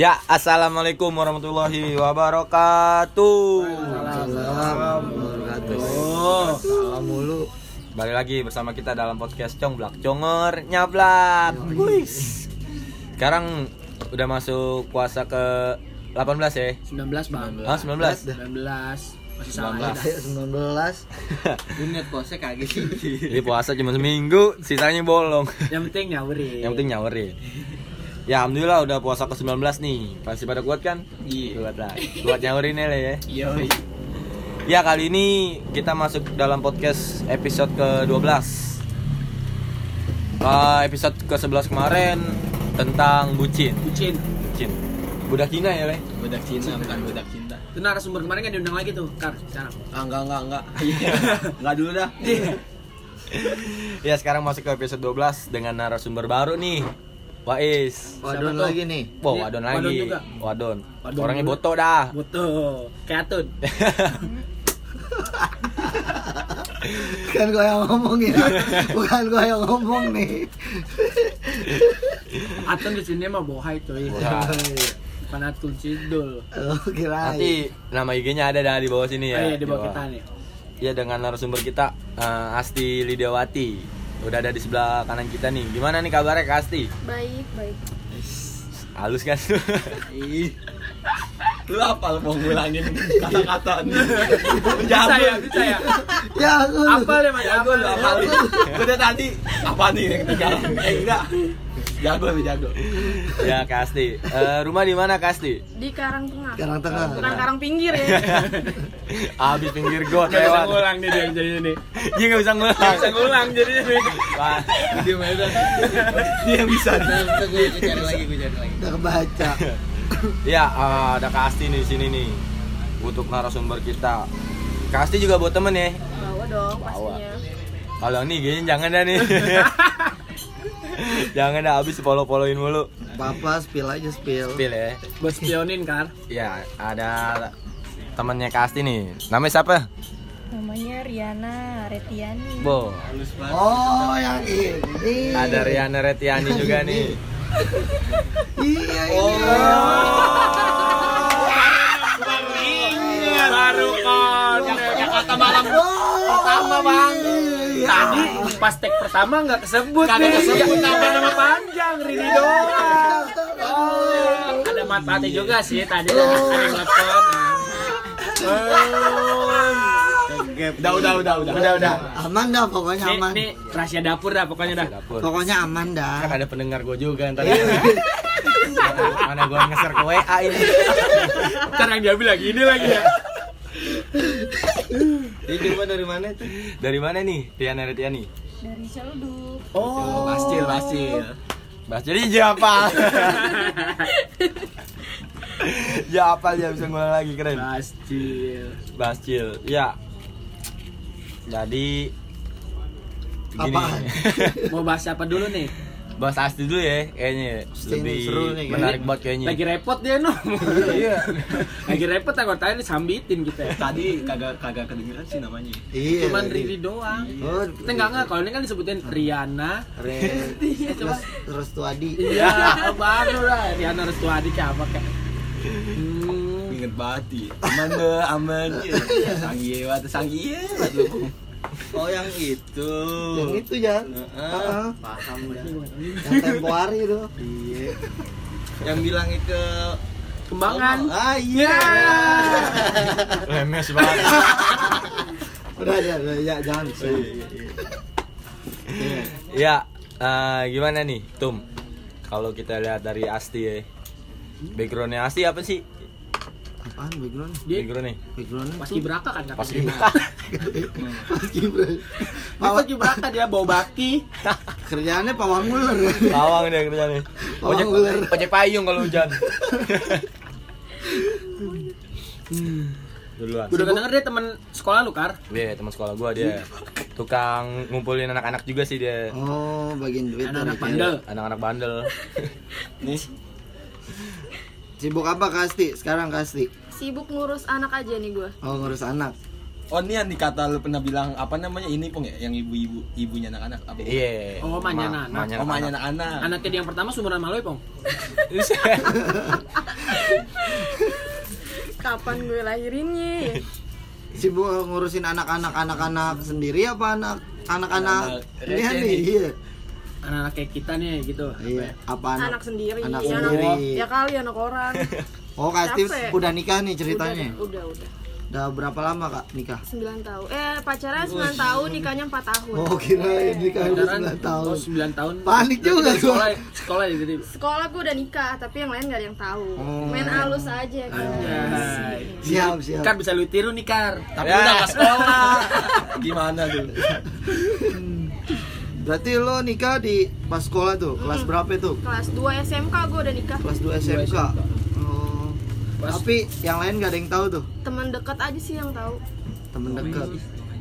Ya, assalamualaikum warahmatullahi wabarakatuh. Assalamualaikum. Salam mulu. Balik lagi bersama kita dalam podcast Congblak Congor Nyablak. Wis. Sekarang udah masuk puasa ke 18 ya. 19 bang Ah, 19. 19 masih sama 19. aja dah. Ayo 19. Lu niat puasa kaget sih. Jadi puasa cuma seminggu, sisanya bolong. yang penting nyawurin Yang penting nyawerin. Ya alhamdulillah udah puasa ke 19 nih. Pasti pada kuat kan? Iya. Kuat lah. Kuat nyawerin ya Le, ya. yoi Ya kali ini kita masuk dalam podcast episode ke-12 Eh, Episode ke-11 kemarin tentang bucin Kucin Bucin Budak Cina ya Le? Budak Cina bukan budak cinta. itu narasumber kemarin kan diundang lagi tuh Kar sekarang Ah, enggak enggak enggak. Iya. Enggak dulu dah. Ya sekarang masuk ke episode 12 dengan narasumber baru nih Wais Wadon tuh? lagi nih. Wow, wadon Iya, wadon lagi juga. Wadon, Wadon Orangnya dulu. boto dah butuh kayak atun Kan gua yang ngomong ya. Bukan gua yang ngomong nih. atun di sini mah bohai cuy Bohai. bukan atun sidul Lo Oh, kirain. Nanti nama IG-nya ada dah di bawah sini ya, ya di bawah kita nih Ya dengan narasumber kita eh, Asti Lidiawati Udah ada di sebelah kanan kita nih Gimana nih kabarnya Kak Asti? Baik, baik. Halus kan? Ih. Lu apa lu mau ngulangin kata-kata nih? bisa ya bisa ya Ya aku. apal ya mas Jago apal lu ya. apa lu? Udah tadi apa nih yang ketinggalan? Eh enggak. Jago lu jago. ya Kak Asti. Eh, rumah di mana Kak Asti? Di Karang Tengah. Karang tengah. Bukan Karang Pinggir ya. Abis pinggir got nggak bisa lewat. ngulang nih dia jadi ini Dia nggak bisa ngulang. nggak bisa ngulang jadinya nih Wah, Dia medan. Dia bisa. Gue cari lagi, gue cari lagi. Udah kebaca. ya eh, ada Kak Asti nih di sini nih. Untuk narasumber kita. Kak Asti juga buat temen ya. Bawa dong pastinya. Kalau nih gini jangan dah nih. jangan dah abis follow-followin mulu. Papa spill aja spill. Pil ya. gue spionin kan Ya, ada temennya Kak Asti nih. Namanya siapa? Namanya Riana Retiani. Bo. Oh, yang ini. Ada Riana Retiani juga nih. Iya Oh. ini. Oh, baru kan Yang kata malam Pertama bang. Ya. Tadi pas tag pertama nggak kesebut Kagak kesebut, Ada nama panjang Riri doang. Oh, ada manfaatnya juga sih tadi sering telepon. Udah, udah, udah, udah. Udah, udah. Aman dah pokoknya Ini, aman. ini rahasia dapur dah pokoknya dah. Dapur. Pokoknya aman dah. kan ada pendengar gue juga ntar mana gue ngeser ke WA ini Ntar yang diambil lagi ini lagi ya. Ini di rumah dari mana itu? dari mana nih Tiana Retiani Dari Celduk. Oh, pasti, pasti. Bahas jadi siapa ya apa dia bisa ngulang lagi keren Nah. Pasti. Bahas chill ya jadi gini Apaan? Mau bahas apa dulu nih? bahas asti dulu ya kayaknya Pasti ini lebih seru nih, menarik banget kayaknya Lagi repot dia no. iya Lagi repot anggotanya disambitin kita. ya. Tadi kagak kagak kedengeran sih namanya. Iya. Cuman Riri doang. Oh, Kita nggak nggak kalau ini kan disebutin Riana. Re- Coba terus terus Tuadi. Iya, baru lah. Riana Restuadi kayak apa kayak. Hmm, Ingat banget ya. Aman deh, aman. Iya. ya, Sangye banget, sangye banget lu, Bung. Oh yang itu. Yang itu ya. Heeh. Paham dah. Yang tempo hari itu. Iya. Yang bilang itu kembangan. Oh, Ah iya. lemes banget Udah ya, udah, ya Oh, jangan. ya iya, eh, gimana nih Tum kalau kita lihat dari Asti ya backgroundnya Asti apa sih Apaan background? Dia- backgroundnya Background Pas kibraka kan kata. pas dia. pas kibra. Dia Pas kibraka dia bawa baki. Kerjaannya pawang ular. Lawang dia kerjanya. Ojek Lawang ular. ojek payung kalau hujan. Duluan. Udah denger dia teman sekolah lu, Kar? Dia Iya, teman sekolah gua dia tukang ngumpulin anak-anak juga sih dia. Oh, bagian duit Anak-anak tadi. bandel. Anak-anak bandel. Nih. Sibuk apa Kasti? Sekarang Kasti. Sibuk ngurus anak aja nih gua. Oh, ngurus anak. Oh ini yang dikata lu pernah bilang apa namanya ini pong ya yang ibu-ibu ibunya anak-anak apa? Iya. Oh, manya anak. manya Oh, anak. Eh, anak-anak. Anaknya dia yang pertama sumuran malu, Pong. kapan gue lahirinnya ya? sibuk ngurusin anak-anak anak-anak sendiri apa anak anak-anak Anak ini receh nih nih. iya anak-anak kayak kita nih gitu apa iya ya? apa anak anak sendiri anak ya, sendiri. ya kali anak orang oh kak Steve Capek. udah nikah nih ceritanya udah udah, udah. udah berapa lama kak nikah 9 tahun eh pacarnya 9 tahun nikahnya 4 tahun oh kira nikah udah Beneran, sembilan oh, tahun 9 tahun Panik Berarti juga dari gua. sekolah sekolah ya jadi sekolah gue udah nikah tapi yang lain gak ada yang tahu Oh. main alus aja guys Anjay. siap Kar siap bisa lu tiru nih Kar tapi Ya. udah gak sekolah Gimana tuh? berarti lo nikah di pas sekolah tuh kelas Hmm. berapa tuh kelas 2 SMK gue udah nikah kelas 2 SMK oh. Pas- tapi yang lain gak ada yang tahu tuh teman dekat aja sih yang tahu temen deket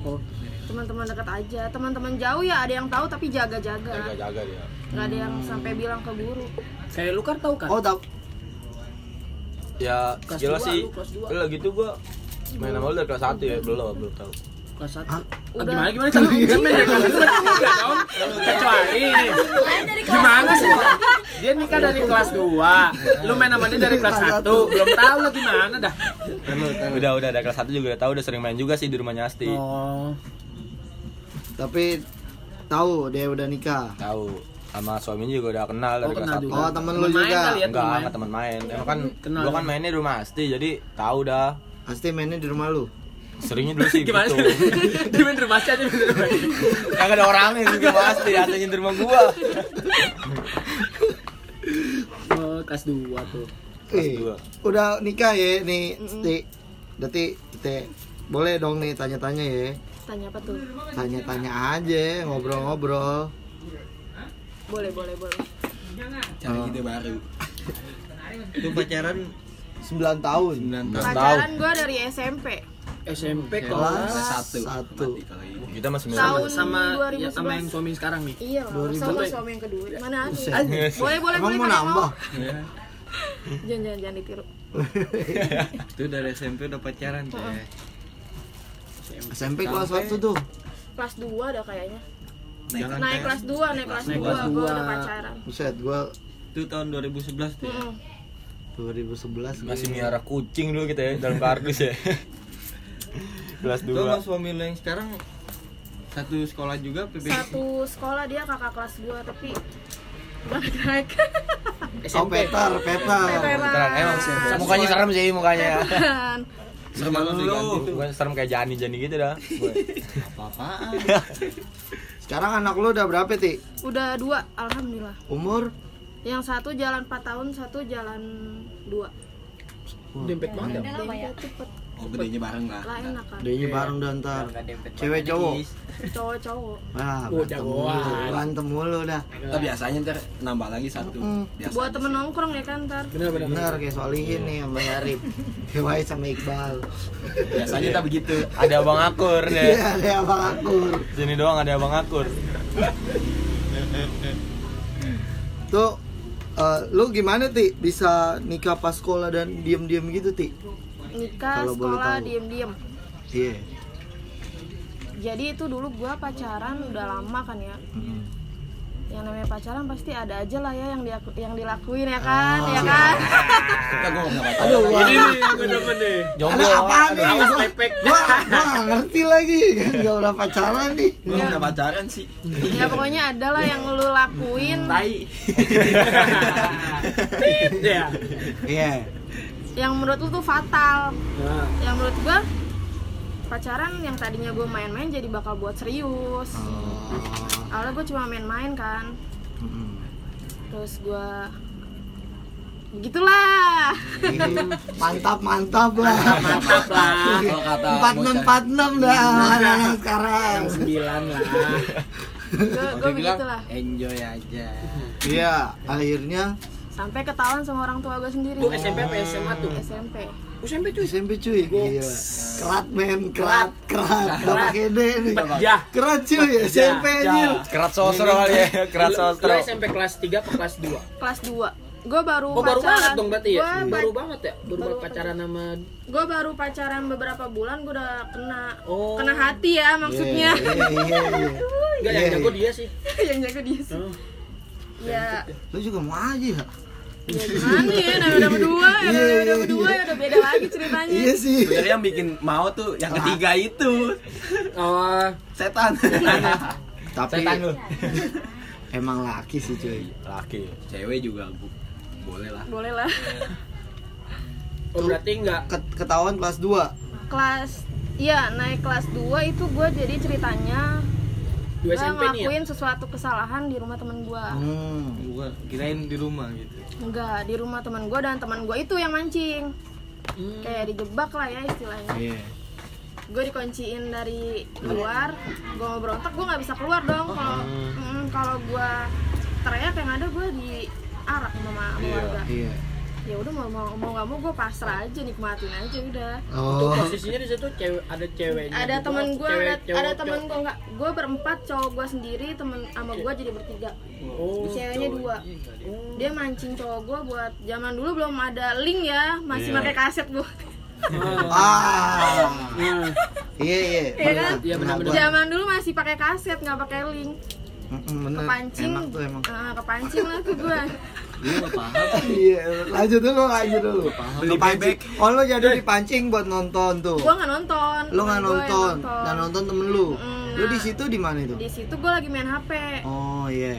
Oh, teman-teman dekat aja teman-teman jauh ya ada yang tahu tapi jaga-jaga jaga dia nggak ada yang sampai bilang ke guru kayak lu Kar tau kan oh tau ya Kelas jelas dua, sih lu kelas dua. lah gitu gua main sama lu dari kelas 1 ya belum belum tahu kelas satu Hah? Ah, gimana gimana Kar? Kan main dari kelas dua juga dong kecuali gimana sih Kar? dia nikah dari kelas 2 lu main sama dia dari kelas 1 belum tahu lu gimana dah udah udah dari kelas 1 juga udah tahu udah sering main juga sih di rumahnya Asti oh tapi tahu dia udah nikah tahu sama suaminya juga udah kenal dari Oh, kelas kenal satu. juga. oh temen lo Temen main juga kali ya? enggak teman main. enggak teman main emang kan Kenal. gua kan mainnya di rumah Asti jadi tahu dah pasti mainnya di rumah lu seringnya dulu sih gimana gitu sih dia main rumah aja dia main rumah aja. kagak ada orangnya juga Asti Asti di rumah gua oh kelas 2 tuh Kelas dua. Eh, udah nikah ya nih Sti. Berarti kita boleh dong nih tanya-tanya ya. tanya apa tuh Tanya-tanya aja, ngobrol-ngobrol. boleh boleh boleh Cara ide baru. Oh. Itu pacaran 9 tahun. 9 tahun. pacaran gue dari SMP SMP Kelas kelas Nah, Satu. satu. Mati kalau ini. kita masih Iya. Tahu. main Tahun sama ya, 2011. sama yang suami sekarang nih iya lah sama suami yang kedua mana ada boleh boleh Emang boleh mau kalau nambah? jangan jangan jangan ditiru Itu dari SMP udah pacaran tuh. ya. SMP kelas 1 tuh. kelas 2 dah kayaknya Jangan naik kayak- kelas 2 naik kelas Naik 2 kelas gue dua. udah pacaran Buset, gua Itu tahun 2011 tuh. ya. Mm-mm. 2011 masih gua. miara kucing dulu kita ya dalam kardus ya kelas Itu sama dua suami lo yang sekarang satu sekolah juga PB. satu sekolah dia kakak kelas gue tapi banget naik Oh, SMP Peter, Peter. Beneran, emang sih. mukanya serem sih mukanya Serem lu. bukan serem kayak jani jani gitu dah Apa-apaan? Sekarang anak lu udah berapa, Ti? udah dua alhamdulillah Umur? yang satu jalan 4 tahun satu jalan 2 dempet banget ya cepet Oh, gedenya bareng lah. lah enak kan Udahnya bareng dan ntar. Cewek cowok. cowok-cowok Wah, Oh, berantem mulu. jagoan. Berantem mulu dah. Tapi biasanya ntar nambah lagi satu. Biasa. buat temen nongkrong ya kan ntar bener bener Bener kayak Solihin nih sama Yarib. Dewa sama Iqbal. Biasanya tak begitu. ada abang akur deh Iya, ada abang akur. sini doang ada abang akur Tuh, eh, lu gimana ti bisa nikah pas sekolah dan diem-diem gitu ti? nikah Kalau boleh sekolah tahu. diem-diem Iya. jadi itu dulu gua pacaran udah lama kan ya Hmm. yang namanya pacaran pasti ada aja lah ya yang diaku- yang dilakuin ya Ah, kan iya. ya kan Kita gua enggak Aduh, wah. ini nih yang bener bener Ada jomblo apaan nih? awas Gua- lepek. Gua gua nggak ngerti lagi kan gak udah pacaran nih. Belum udah pacaran sih. ya pokoknya ada lah yang lu lakuin tai Tit, ya Iya. yang menurut lu tuh fatal yang menurut gua pacaran yang tadinya gue main-main jadi bakal buat serius Oh, awalnya gue cuma main-main kan mm-mm. terus gue begitulah Iya. Mantap mantap lah. mantap lah Kalau kata Empat enam bocah- empat enam dah anak-anak sekarang. sembilan lah gue Kalau gue dibilang, begitulah Enjoy aja. Iya, akhirnya sampai ketahuan sama orang tua gue sendiri tuh SMP apa SMA tuh SMP SMP Cuy, cuy SMP cuy, gila Kerat men, kerat, kerat Gak pake D nih ya Kerat cuy, SMP anjir kerat sosro kali ya kerat sosro Lu SMP kelas 3 apa kelas 2 kelas 2 gue baru Oh baru banget pacaran dong berarti ya? Gua Baru ba- banget ya? Baru banget pacaran sama gua baru pacaran beberapa bulan gue udah kena Oh. kena hati ya maksudnya Iya, iya, iya. Enggak yang Iya, jago iya. dia sih yang jago dia sih ya Lu juga mau aja ya? Ya gimana ya, namanya udah berdua, Iya, ya namanya udah iya, berdua, iya. ya udah beda lagi ceritanya iya sih Sebenarnya yang bikin mau tuh yang ketiga itu Oh, setan. tapi Setan lu. emang laki sih cuy Laki. Cewek juga bu- boleh lah. Boleh lah oh berarti enggak Ket- ketahuan kelas 2 Kelas, iya naik kelas 2 itu gue jadi ceritanya dua Gue SMP nih ya? ngelakuin sesuatu kesalahan di rumah temen gue hmm. Bukan, kirain di rumah gitu. Enggak, di rumah temen gue dan teman gue itu yang mancing Hmm. Kayak dijebak lah ya istilahnya Iya. gue dikunciin dari luar gue mau berontak gue nggak bisa keluar dong kalau Hmm. mm, kalau gue teriak yang ada gue diarak sama keluarga Iya. ya udah mau mau mau nggak mau gue pasrah aja nikmatin aja udah Tuh Oh. posisinya di situ cewek ada ceweknya. ada juga, teman gue cewek- ada, cowok- ada teman gue nggak gue berempat cowok gue sendiri temen sama gue jadi bertiga Oh, ceweknya dua Oh. dia mancing cowok gue buat zaman dulu belum ada link ya masih Iya. pakai kaset bu Ah. Nah, Iya iya. Iya kan? Iya, benar-benar. Pernah zaman dulu masih pakai kaset nggak pakai link gua. Mm-mm, bener. kepancing Nah, Enak tuh emang. Oh. eh, kepancing lah tuh gue Lu nggak paham. Iya, lanjut dulu, lanjut dulu. Beli Kepancing. bebek. Oh lo jadi dipancing buat nonton tuh. gue nggak nonton Lo nggak temen gua yang nonton, nggak nonton temen lu. Mm, Lo di nah. situ di mana itu? di situ gue lagi main hp Oh iya.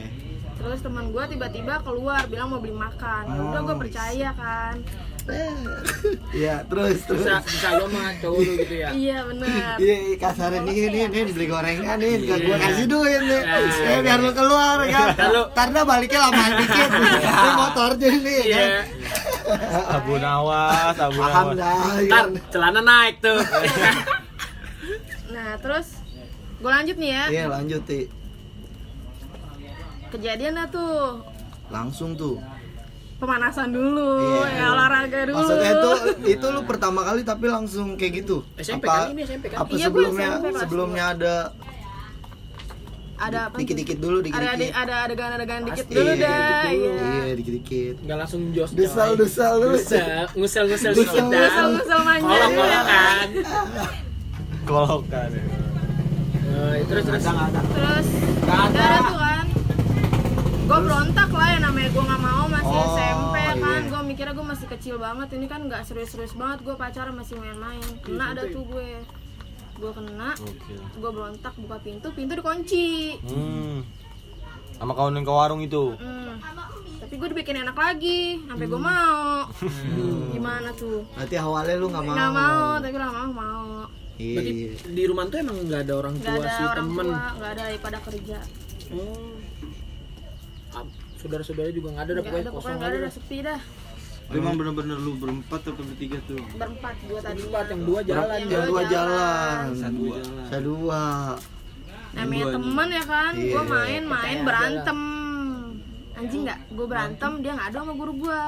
terus teman gue tiba-tiba keluar bilang mau beli makan Ya udah gue Oh, percaya kan Iya, terus terus. bisa bisa lo sama cowok lu gitu ya. iya bener Iya, iya, kasarin nih, nih, nih, beli gorengan nih, Ntar gua kasih duit nih, Iya. Eh, biar lu keluar kan, Ntar lu- ntar dah baliknya lama dikit, ini motornya nih, Iya. kan. Abu Nawas, Abu paham Nawas. dah, Ntar kan. celana naik tuh. nah terus gue lanjut nih ya Iya, lanjut ti, kejadian dah tuh langsung tuh. pemanasan dulu Iya. ya olahraga dulu Maksudnya itu itu lu pertama kali tapi langsung kayak gitu. SMP apa, kan ini SMP kan. apa Iya, gua sebelumnya SMP kelas sebelumnya ada ada apa dikit-dikit dulu ada ada dikit-dikit. ada adegan-adegan dikit Pasti, dulu dah dikit-dikit dulu. iya Iya, dikit-dikit. Enggak langsung jos. coy. Dusal dusal dulu. Ngusel, ngusel-ngusel sedikit Ngusel. dah. Ngusel-ngusel manja. Kolok-kolokan. Kolokan. Eh, Terus terus terus Nggak ada. ada tuh kan gue berontak lah ya namanya gue nggak mau masih Oh, SMP kan iya. gue mikirnya gue masih kecil banget ini kan nggak serius-serius banget gue pacaran masih main-main kena ada tuh gue gue kena Oke. gue berontak buka pintu pintu dikunci Hmm. Sama kawan yang ke warung itu. Hmm. tapi gue dibikin enak lagi sampai gue mau gimana tuh Berarti awalnya lu nggak mau. nggak mau tapi lama-lama mau Iya. Berarti iya. di rumah tuh emang nggak ada orang nggak tua ada sih orang temen. tua nggak ada daripada kerja Oh. Ah, Saudara-saudara juga nggak ada, dah, nggak pokoknya ada kosong pokoknya nggak ada aja. udah sepi dah Emang bener-bener lu berempat atau bertiga tuh? berempat gue tadi Empat yang dua jalan. Yang Yang dua jalan. jalan. Dua. Saya dua. namanya teman ya kan gue main-main berantem anjing nggak gue berantem dia nggak ada sama guru gue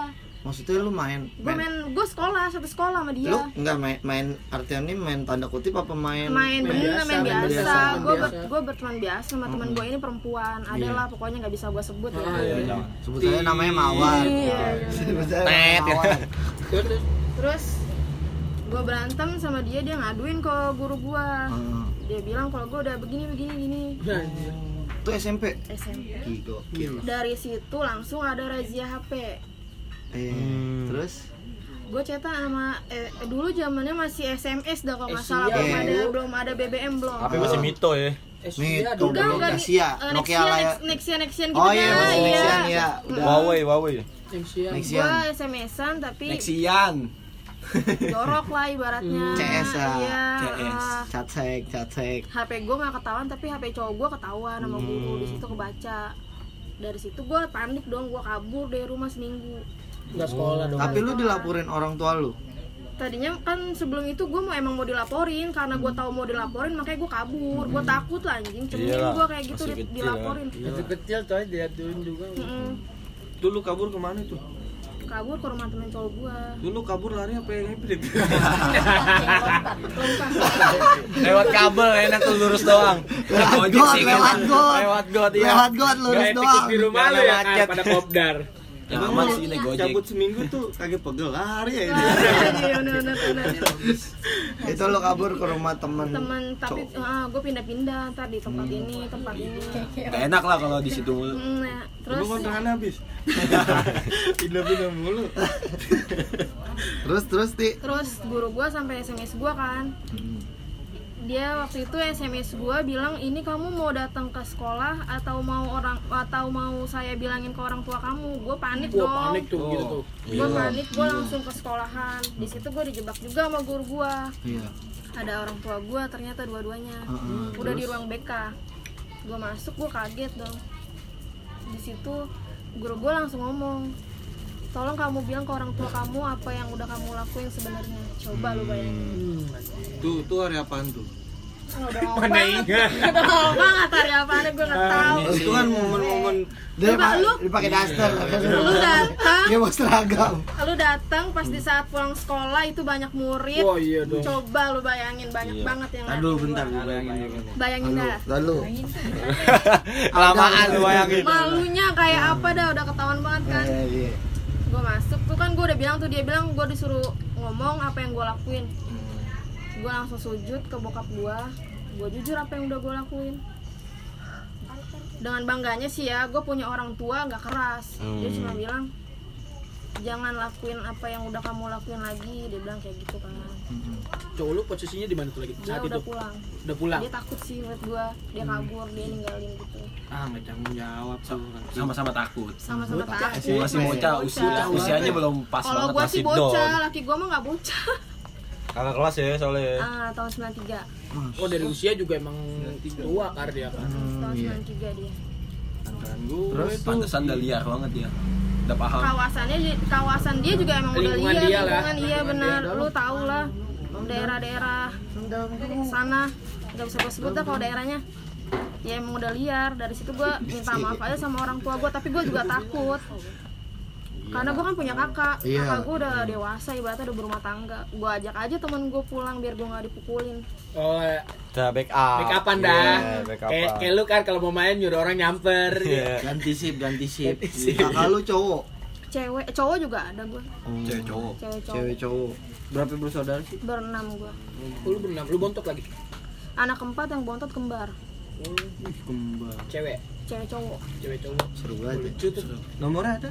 Maksudnya lu main gue main gue sekolah satu sekolah sama dia Lu nggak main main artian ini main tanda kutip apa main? main bener biasa, main main biasa biasa, gue main ber, biasa. gue berteman biasa sama teman gue ini perempuan adalah pokoknya nggak bisa gue sebut ya Ah, Iya, iya. Jangan. Sebut saya namanya Mawar. Iya. Sebut saya namanya Terus, Mawar. Iya, terus. terus gue berantem sama dia dia ngaduin ke guru gue Hmm. dia bilang kalau gue udah begini begini gini Nah, Itu SMP. SMP Ih, gokil. dari situ langsung ada razia HP Eh, Hmm. terus gue cetak sama eh, dulu zamannya masih SMS dah kalau nggak Eh, salah iya, belum iya. ada belum ada BBM belum Tapi masih mito ya. eh, Nih, sudah dong. tuh. enggak enggak Nokia, eh, Nokia lah ya. Nexian, Nexian, Nexian gitu Oh iya, dah, masih iya. Nexian ya. Udah. Huawei, Huawei. Nexian. Nexian. Gua SMS-an tapi Nexian. jorok lah ibaratnya. CS lah. Iya. CS. ah. Catsek, catsek. HP gue nggak ketahuan tapi HP cowok gue ketahuan sama guru Hmm. di situ kebaca. Dari situ gue panik dong, gue kabur dari rumah seminggu. Nggak sekolah dong. Tapi lu dilaporin orang tua lu. Tadinya kan sebelum itu gue mau emang mau dilaporin karena gue tahu mau dilaporin makanya gue kabur. Gue Hmm. takut lah anjing, cemil Iyalah, gue kayak gitu masih di- kecil dilaporin. Iya. Itu kecil coy diliatin juga. Mm-mm. kan. Tuh lu kabur kemana tuh? kabur ke rumah temen cowok gua Tuh lu kabur lari apa yang hybrid? Lewat kabel enak tuh lurus doang. Lewat got, lewat got. Lewat got, iya. Lewat got lurus Nggak epikus doang. di rumah Nggak lu ya macet. kan pada kopdar. Ya Emang aman lu sih naik Gojek. cabut seminggu tuh kagak pegel lari ya ini. Iya, bener-bener, bener. itu lo kabur ke rumah temen teman tapi cowok. gue pindah-pindah tadi tempat Hmm. ini tempat Iya, ini Gak enak lah kalau di situ mulu. Hmm, nah, terus Lu kontrakan habis. Pindah-pindah mulu. terus terus ti terus guru gue sampai sms gue kan Hmm. dia waktu itu sms gue bilang ini kamu mau datang ke sekolah atau mau orang atau mau saya bilangin ke orang tua kamu gue panik Gua dong panik tuh Iya. gitu Oh. tuh. gue panik gue langsung ke sekolahan di situ gue dijebak juga sama guru gue iya ada orang tua gue ternyata dua-duanya Ah, Heeh, udah di ruang BK gue masuk gue kaget dong di situ guru gue langsung ngomong tolong kamu bilang ke orang tua kamu apa yang udah kamu lakuin sebenarnya coba lu bayangin Tuh, tuh hari apaan tuh? Oh, udah Hmm. lama Mana banget ingat? udah lama banget hari apaan gue nggak tahu Itu kan momen-momen Iya. dia Coba pa- lu- dia pakai daster lu datang dia mau seragam lu datang pas di saat pulang sekolah itu banyak murid Wah, iya dong. Iya. coba lu bayangin banyak banget yang Aduh ngadu. bentar gue bayangin. bayangin lalu dah lalu Kelamaan lu bayangin. malunya kayak apa dah udah ketahuan banget kan Eh, iya. gue masuk tuh kan gue udah bilang tuh dia bilang gue disuruh ngomong apa yang gue lakuin gue langsung sujud ke bokap gue gue jujur apa yang udah gue lakuin dengan bangganya sih ya gue punya orang tua nggak keras dia cuma bilang jangan lakuin apa yang udah kamu lakuin lagi dia bilang kayak gitu kan Cowok lu posisinya di mana tuh lagi? dia Saat itu udah pulang udah pulang. dia takut sih buat gue dia kabur dia ninggalin gitu ah nggak tanggung jawab tuh kan. Sama-sama takut. sama-sama takut Masih masih bocah usia usianya belum pas iya. kalau banget gue masih. sih nasib dong. bocah laki gue mah nggak bocah Kakak kelas ya soalnya. ah, tahun 93 Oh dari usia juga emang Iya. tua kan dia kan. tahun 93 dia Tantangan gue Terus itu. pantesan udah liar banget ya. Udah paham. Ah. kawasannya ju- kawasan dia juga emang udah Lingkungan liar dia lah. lingkungan iya benar lu tau lah daerah-daerah sana nggak bisa gue sebut dah kalau daerahnya ya emang udah liar dari situ gue minta maaf aja sama orang tua gue tapi gue juga takut karena gue kan punya kakak Iya. kakak gue udah dewasa ibaratnya udah berumah tangga gue ajak aja temen gue pulang biar gue nggak dipukulin Oh Udah back up. make upan Iya, dah. back upan. Kayak kayak lu kan kalau mau main nyuruh orang nyamper. Iya. Ganti sip, ganti sip. kakak lu cowok cewek cowok juga ada gue Cewek cowok. cewek cowok cewek cowok berapa bersaudara sih berenam gue Oh, lu berenam, lu bontot lagi. anak keempat yang bontot kembar Ih, kembar. Cewek, cewek cowok cewek cowok. seru banget Lucu tuh. Iya. Nomornya ada?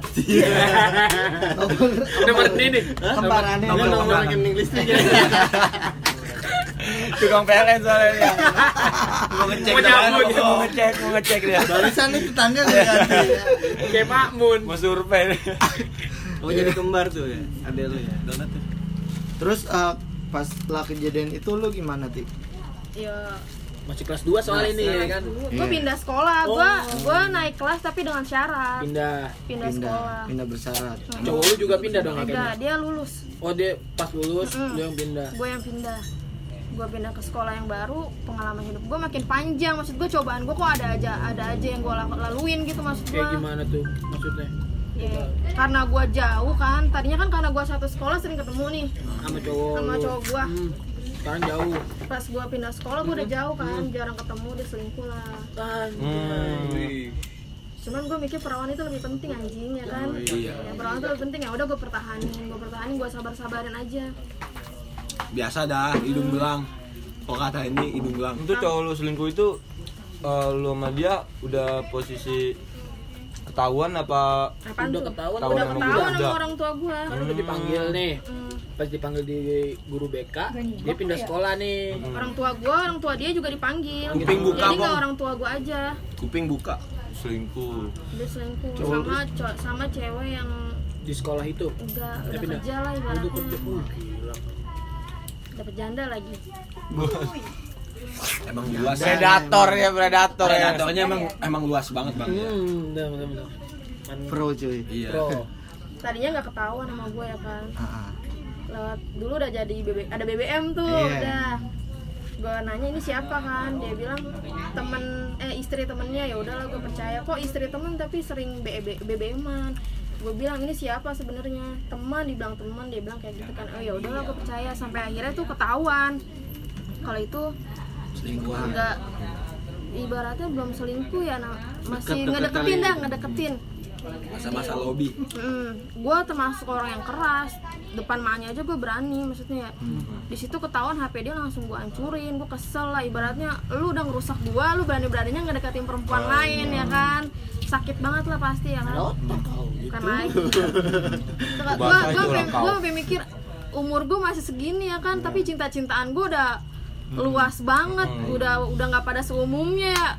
Nomor ini nih. kembarannya Nomor nomor kembaran. rekening listriknya. Tukang PLN soalnya dia. Mau ngecek, Mau nyambut. dia. mau ngecek, mau ngecek dia. barisan nih tetangga kan. gak ganti Iya. Kayak Makmun. Mau survei. dia. Oh jadi kembar tuh ya. Ada lu ya. Donat tuh. terus eh, pas setelah kejadian itu lu gimana ti ya Masih kelas 2 soal ini ya kan. gue pindah sekolah gue gue naik kelas tapi dengan syarat pindah, Pindah. sekolah pindah bersyarat Cowok lu juga pindah dong enggak akhirnya. dia lulus Oh dia pas lulus Mm-mm. lu yang pindah. gue yang pindah gue pindah ke sekolah yang baru pengalaman hidup gue makin panjang maksud gue cobaan gue kok ada aja ada aja yang gue laluin gitu maksud gue Kayak gimana tuh maksudnya? Ya, karena gue jauh kan tadinya kan karena gue satu sekolah sering ketemu nih Sama cowok. Sama lu. cowok gua. Hmm. Sekarang jauh. pas gue pindah sekolah gue udah jauh kan jarang ketemu dia selingkuh lah Kan, Hmm. Iya. cuman gue mikir perawan itu lebih penting anjing ya kan Ya, perawan itu lebih penting ya udah gue pertahanin gue pertahanin gue sabar sabarin aja Biasa dah hidung belang. Kok kata ini hidung belang. Itu cowok lu selingkuh itu eh, lu sama dia udah posisi ketahuan apa apaan Udah tuh ketahuan, udah ketahuan sama ketahuan gua. sama Udah. orang tua Hmm. gue Kan udah dipanggil Mm. nih. Pas dipanggil di guru BK, dia ya? pindah sekolah nih. orang tua gue orang tua dia juga dipanggil Kuping buka, jadi nggak Bang. orang tua gue aja Kuping buka. Hmm, selingkuh? dia selingkuh sama co- sama cewek yang Mm-hmm. Di sekolah itu. enggak udah pindah. kerja lah Itu ibaratnya kerja. Oh, gila. dapat janda lagi Emang luas. Predator ya, predator ya. Predatornya Iya, emang emang luas banget bang. Iya. ya. Hmm, benar benar benar. Mantap. pro cuy Iya. tadinya nggak ketahuan sama gue ya kan Ah, ah. lewat dulu udah jadi BB, ada BBM tuh Iya. udah gue nanya ini siapa kan dia bilang temen eh istri temennya ya udahlah gue percaya kok istri temen tapi sering E BB, BBM-an gue bilang ini siapa sebenarnya teman dibilang teman dia bilang kayak gitu kan oh ya udahlah gue percaya sampai akhirnya tuh ketahuan kalau itu Selingkuhan. nggak ibaratnya belum selingkuh ya nah, masih ngedeketin dah ngedeketin masa-masa lobby gue termasuk orang yang keras depan maknya aja gue berani maksudnya ya di situ ketahuan hp dia langsung gue hancurin gue kesel lah ibaratnya lu udah ngerusak gue lu berani beraninya ngedeketin perempuan lain ya kan sakit banget lah pasti ya kan bukan lagi gue Bahasa itu gue orang kau. gue sampai mikir umur gue masih segini ya kan tapi cinta cintaan gue udah luas banget udah udah nggak pada seumumnya ya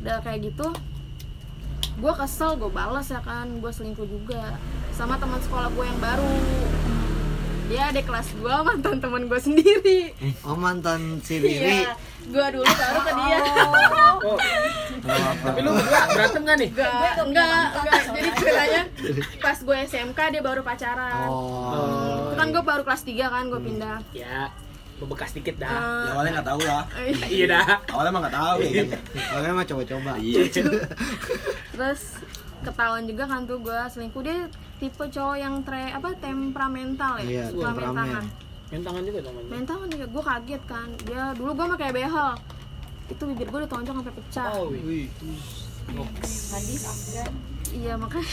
udah kayak gitu gue kesel gue balas ya kan gue selingkuh juga sama teman sekolah gue yang baru dia ada kelas gue mantan teman gue sendiri oh mantan si Riri iya gue dulu baru ke dia Oh. Tapi lu berdua berantem gak nih? enggak enggak enggak jadi ceritanya pas gue SMK dia baru pacaran oh Hmm. kan gue baru kelas 3 kan gue pindah iya. Ya, bebekas dikit dah. ya Eh, awalnya nggak tahu lah Nah, Iya dah. awalnya mah nggak tahu ya Iya. kan makanya mah coba-coba iya terus ketahuan juga kan tuh gue selingkuh dia tipe cowok yang tre apa temperamental Iya, ya temperamen. temperamental Main tangan juga dong. main tangan juga gue kaget kan dia dulu gue mah kayak behel itu bibir gue ditonjok sampai pecah Oh. iya makanya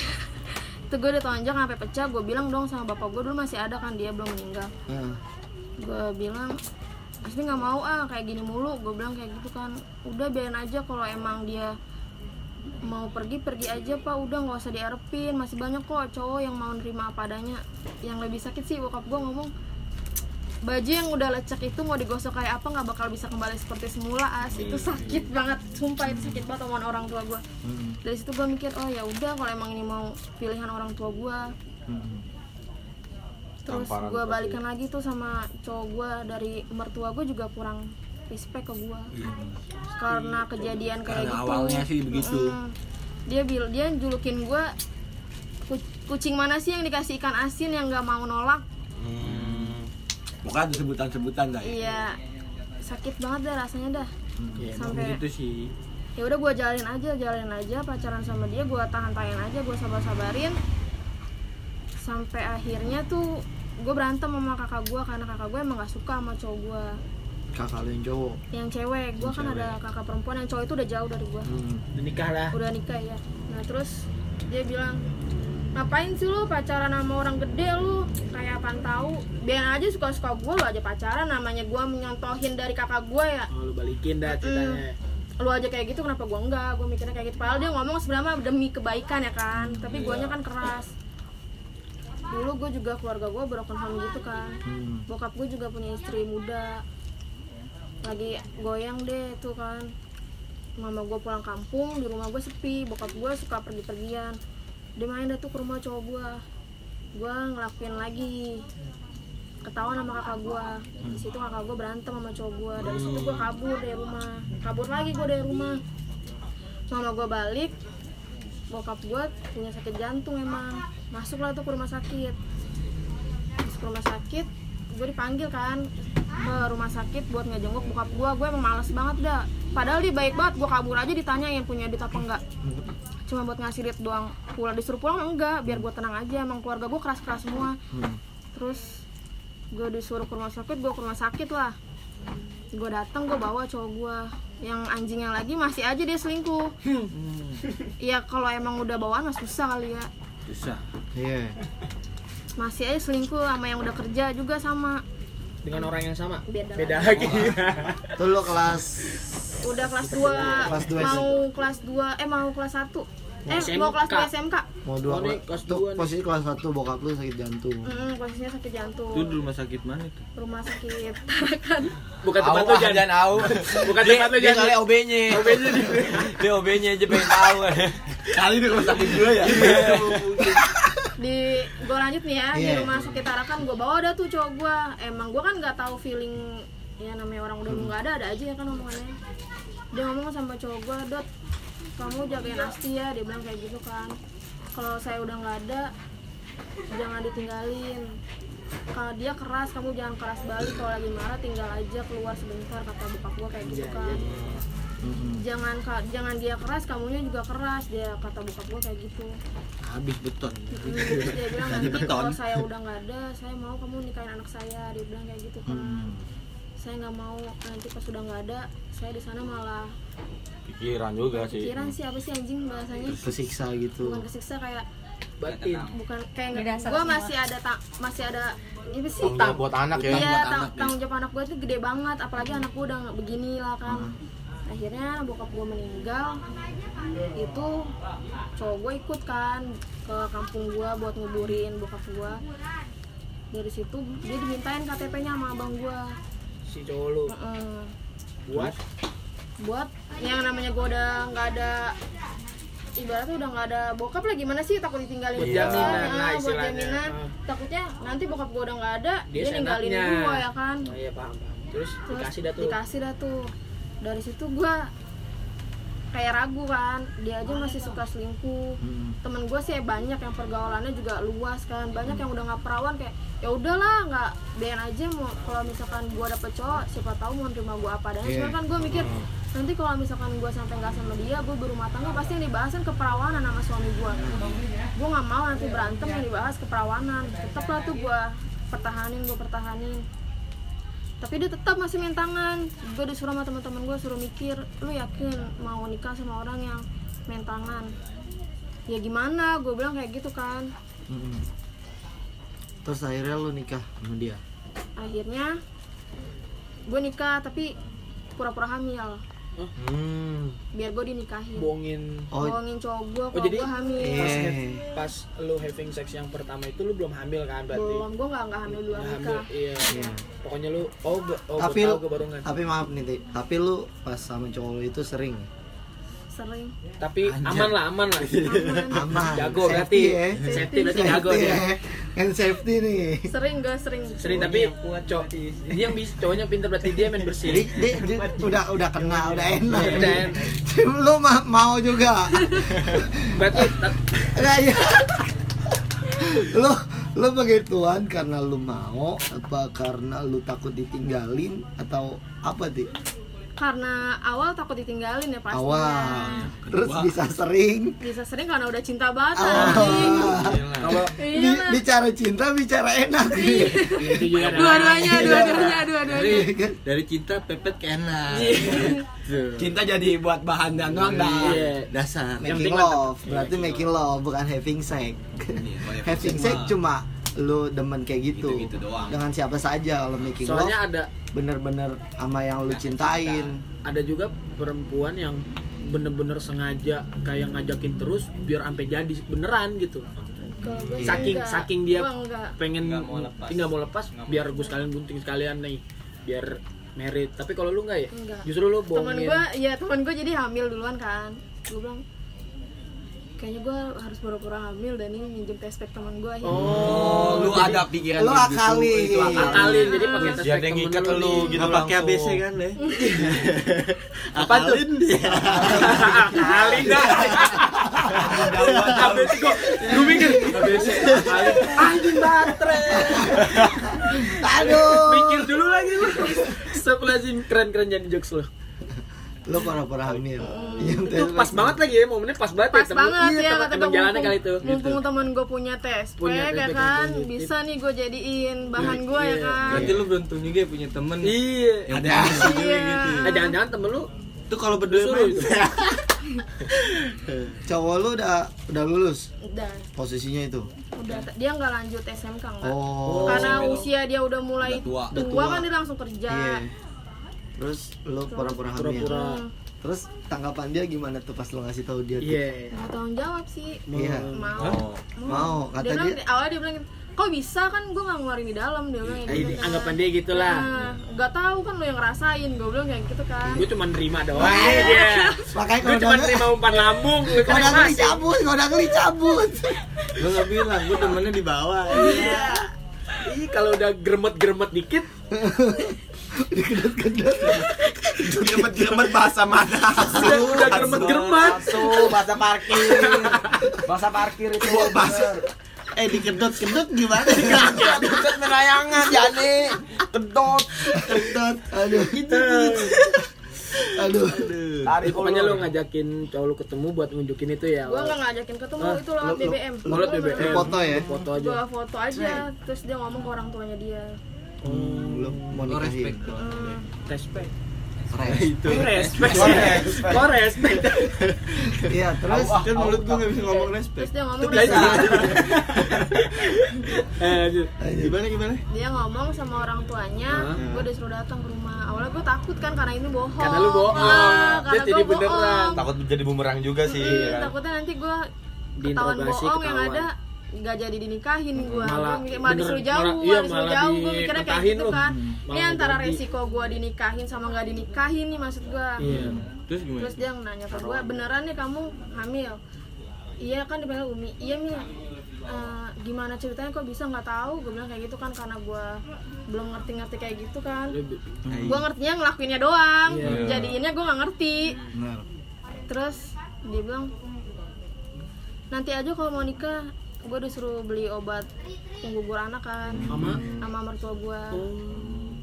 itu gue ditonjok sampai pecah gue bilang dong sama bapak gue dulu masih ada kan dia belum meninggal Nah, gue bilang pasti nggak mau ah kayak gini mulu gue bilang kayak gitu kan udah biarin aja kalau emang dia mau pergi pergi aja pak udah nggak usah diarepin masih banyak kok cowok yang mau nerima apa adanya yang lebih sakit sih bokap gue ngomong baju yang udah lecek itu mau digosok kayak apa nggak bakal bisa kembali seperti semula as Iya, itu sakit banget sumpah itu sakit banget omongan orang tua gue Hmm. dari situ gue mikir oh ya udah kalau emang ini mau pilihan orang tua gue Hmm. terus Tamparan gue pasti. balikan lagi tuh sama cowok gue dari mertua gue juga kurang respect ke gue karena kejadian kayak Iya. karena gitu awalnya sih begitu Mm. dia bil dia julukin gue "Ku- kucing mana sih yang dikasih ikan asin yang nggak mau nolak Hmm. pokoknya ada sebutan-sebutan dah ya iya sakit banget dah rasanya dah Ya, emang Sampai- gitu sih. ya udah gue jalanin aja jalanin aja pacaran sama dia gue tahan tahan aja gue sabar sabarin sampai akhirnya tuh gue berantem sama kakak gue karena kakak gue emang gak suka sama cowok gue kakak lu yang cowok yang cewek gue kan ada kakak perempuan yang cowok itu udah jauh dari gue Udah nikah lah. udah nikah ya nah terus dia bilang ngapain sih lu pacaran sama orang gede lu kayak apaan tahu biar aja suka suka gue lu aja pacaran namanya gue menyontohin dari kakak gue ya Oh, lu balikin dah ceritanya. lu aja kayak gitu kenapa gua enggak gua mikirnya kayak gitu padahal dia ngomong sebenarnya mah demi kebaikan ya kan tapi guanya kan keras dulu gue juga keluarga gue broken home gitu kan bokap gue juga punya istri muda lagi goyang deh tuh kan mama gue pulang kampung di rumah gue sepi bokap gue suka pergi-pergian dia main dah tuh ke rumah cowok gue gue ngelakuin lagi ketahuan sama kakak gue di situ kakak gue berantem sama cowok gue dari situ gue kabur dari rumah kabur lagi gue dari rumah mama gue balik bokap gue punya sakit jantung emang masuklah tuh ke rumah sakit Terus ke rumah sakit gue dipanggil kan ke rumah sakit buat ngejenguk bokap gue gue emang males banget dah padahal dia baik banget gue kabur aja ditanyain punya duit apa enggak cuma buat ngasih duit doang pulang disuruh pulang enggak biar gue tenang aja emang keluarga gue keras keras semua terus gue disuruh ke rumah sakit gue ke rumah sakit lah gue datang gue bawa cowok gue yang anjingnya lagi masih aja dia selingkuh ya kalau emang udah bawaan mas susah kali ya susah iya masih aja selingkuh sama yang udah kerja juga sama Dengan orang yang sama. Beda lagi. tuh lu kelas udah kelas 2 Kelas dua mau kelas 2 eh mau kelas 1 eh SMK. mau kelas 2 SMK mau dua Oh, nih, kelas kelas dua tuh nih. posisi kelas satu bokap lu sakit jantung Mm, posisinya sakit jantung Itu di rumah sakit mana itu? rumah sakit Tarakan Bukan tempat lu jangan. au. Bukan Dia, tempat lu dia jangan. soalnya OB-nya. OB-nya dia OB-nya aja pengen tahu. kali itu rumah sakit dulu ya di gue lanjut nih ya di Iya. rumah sakit Tarakan gue bawa ada tuh cowok gue emang gue kan nggak tahu feeling ya namanya orang Hmm. udah nggak ada ada aja ya kan omongannya dia ngomong sama cowok gue dot kamu jagain Asti ya dia bilang kayak gitu kan kalau saya udah nggak ada jangan ditinggalin kalau dia keras kamu jangan keras balik kalau lagi marah tinggal aja keluar sebentar kata bokap gue kayak Iya, gitu kan Hmm. jangan ka- jangan dia keras kamunya juga keras dia kata bokap gue kayak gitu habis beton Terus dia bilang nanti beton. Hmm. kalau saya udah nggak ada saya mau kamu nikahin anak saya dia bilang kayak gitu kan saya nggak mau nanti pas sudah nggak ada saya di sana malah Iya. pikiran juga sih pikiran sih apa sih anjing bahasanya kesiksa gitu bukan kesiksa kayak batin bukan kayak Ini dasar gue semua. masih ada tak masih ada ini sih tanggung jawab buat anak ya Iya, buat tang- anak ya. tanggung jawab anak gue tuh gede banget, apalagi anak gue udah nggak begini lah kan. Hmm. Akhirnya bokap gue meninggal, itu cowok gue ikut kan ke kampung gue buat nguburin bokap gue. Dari situ dia dimintain KTP-nya sama abang gue. si cowok lu Heeh. buat Buat yang namanya gue udah nggak ada ibaratnya udah nggak ada bokap lah gimana sih takut ditinggalin Buat juga, jaminan ah, lah buat istilahnya. jaminan Ah. takutnya nanti bokap gue udah nggak ada Dia dia, ninggalin seenaknya. gue ya kan oh, iya paham paham terus, Terus dikasih dah tuh dikasih dah tuh. dari situ gua kayak ragu kan dia aja masih suka selingkuh Hmm. temen gue sih banyak yang pergaulannya juga luas kan banyak yang udah nggak perawan kayak ya udahlah nggak biarin aja mau kalau misalkan gua dapet cowok siapa tahu mau nerima gua apa Iya. adanya cuma kan gue mikir Hmm. nanti kalau misalkan gua sampai nggak sama dia gue berumah tangga pasti yang dibahas kan keperawanan sama suami gua gue nggak mau nanti berantem yang dibahas keperawanan tetaplah tuh gua pertahanin gue pertahanin tapi dia tetap masih main tangan gue disuruh sama teman-teman gue suruh mikir lu yakin mau nikah sama orang yang main tangan ya gimana gue bilang kayak gitu kan Mm-mm. Hmm. terus akhirnya lu nikah sama dia akhirnya gue nikah tapi pura-pura hamil Hmm. biar gue dinikahin bohongin oh bohongin cowok gue Oh, kalau jadi- gue hamil pas, Eh. ha- pas lu having sex yang pertama itu lu belum hamil kan berarti belum gue nggak nggak hamil dua Nah, hamil nikah iya pokoknya lu oh gua- oh tapi gua lu tahu gua baru ngerti. tapi maaf nih Ti. tapi lu pas sama cowok lu itu sering sering tapi aman lah aman lah Iya. aman aman jago Safety berarti ya. safety berarti jago Safety dia ya. hand safety nih sering gue sering sering tapi cowok dia yang bisa cowoknya pinter berarti dia main jadi bersih dia, dia udah udah kena udah enak Iya, nih. dan- lu ma- mau juga berarti tet- Nah, iya. lu lu begituan karena lu mau apa karena lu takut ditinggalin atau apa Ti? karena awal takut ditinggalin ya pastinya awal terus bisa sering bisa sering karena udah cinta banget anjing. awal kalau Iya Bi- lah. bicara cinta bicara enak nih itu juga dua-duanya dua-duanya dua-duanya Iya kan? dari cinta pepet ke enak Cinta jadi buat bahan dan doang dah. Iya. dasar Yang making penting kan Iya, love berarti making love bukan having sex having sex cuma lu demen kayak gitu, Gitu-gitu doang. dengan siapa saja kalau making soalnya love ada bener-bener sama yang lu cintain ada juga perempuan yang bener-bener sengaja kayak ngajakin terus biar sampai jadi beneran gitu Kalau gua sih saking enggak. saking dia Gua enggak. pengen Nggak mau lepas. tinggal mau lepas biar gue sekalian gunting sekalian nih biar merit tapi kalau lu nggak ya Nggak. justru lu temen bohongin gue ya temen gue jadi hamil duluan kan gue bilang kayaknya gue harus pura-pura hamil dan ini minjem tespek temen Iya. gue Oh, lu ada pikiran lu gitu, akali. Itu akali. akalin jadi Ah. pakai biar tespek dia temen ngikat ke lu lu nih. gitu nggak pakai ABC langsung. kan deh apa tuh akalin dah abis kok gue mikir abis akalin anjing baterai aduh mikir dulu lagi lu sebelazim keren keren jadi jokes lu lu pura-pura hamil Iya, itu pas banget lagi ya momennya pas banget pas ya, temen- banget iya, ya temen- kata temen gue jalannya kali itu Gitu. mumpung, mumpung temen gue punya tespek Punya ya tespek, Iya, kan punya tespek. bisa nih gue jadiin bahan gue ya kan berarti lu beruntung juga ya punya temen iya ada iya eh jangan jangan temen lu itu kalau berdua Disuruh gitu. main Iya. itu. cowok lu udah udah lulus udah posisinya itu udah dia nggak lanjut SMK nggak oh karena usia dia udah mulai Udah tua. tua, Udah tua. kan dia langsung kerja iya terus lu pura-pura hamil Pura-pura. Hmm, terus tanggapan dia gimana tuh pas lu ngasih tahu dia tuh? iya nggak tanggung jawab sih Iya. Oh. mau mau kata dia bilang dia awalnya dia bilang gitu, kok bisa kan gue nggak ngeluarin di dalam dia bilang kayak gitu Ini kan. Nah, anggapan dia gitulah Nah, nggak tahu kan lo yang ngerasain gue bilang kayak gitu kan gue cuma nerima doang iya. Eh, aja makanya gue kalau cuma udah nerima umpan lambung gue kan Kodang masih dicabut, kodang dicabut. lu nggak bilang gua temennya di bawah Ih, kalau udah gremet-gremet dikit Gemet-gemet bahasa mana? udah, udah gremet-gremet bahasa parkir. bahasa parkir itu bahasa Eh dikedot kedot gimana? Dikedot bukan ya, nerayangan jane. Kedot. kedot. Aduh. Aduh. Tarik pokoknya lu ngajakin cowok lu ketemu buat nunjukin itu ya gue nggak ngajakin ketemu itu lewat BBM Lewat BBM. Foto ya. foto aja gue foto aja terus dia Hmm, ngomong ke orang tuanya dia Hmm. belum mau Lo nikahin respect doang. Respect. Respect. Itu respect. sih. Kok respect? iya terus kan mulut gue nggak bisa ngomong respect terus dia ngomong biasa. Eh, lanjut. gimana gimana dia ngomong sama orang tuanya Hah? gue disuruh datang ke rumah awalnya gue takut kan karena ini bohong Karena lu bohong. Ah, Dia karena jadi gue beneran. bohong takut jadi bumerang juga sih Hmm, ya kan? takutnya nanti gue ketahuan Diinterogasi, bohong yang ketahuan. ada nggak jadi dinikahin gue Malah malah, malah bener, disuruh jauh malah- malah, iya, disuruh malah jauh gue mikirnya kayak dipetahin gitu lu. kan Hmm, ini malah antara jadi. resiko gue dinikahin sama nggak dinikahin nih maksud gue Iya. terus gimana terus dia nanya ke gue beneran nih kamu hamil iya kan dipanggil umi iya mila Eh, gimana ceritanya kok bisa nggak tahu gue bilang kayak gitu kan karena gue belum ngerti-ngerti kayak gitu kan gue ngertinya ngelakuinnya doang Iya. jadiinnya gue nggak ngerti Benar. terus dia bilang nanti aja kalau mau nikah gue disuruh beli obat penggugur anak kan Sama? sama mertua gue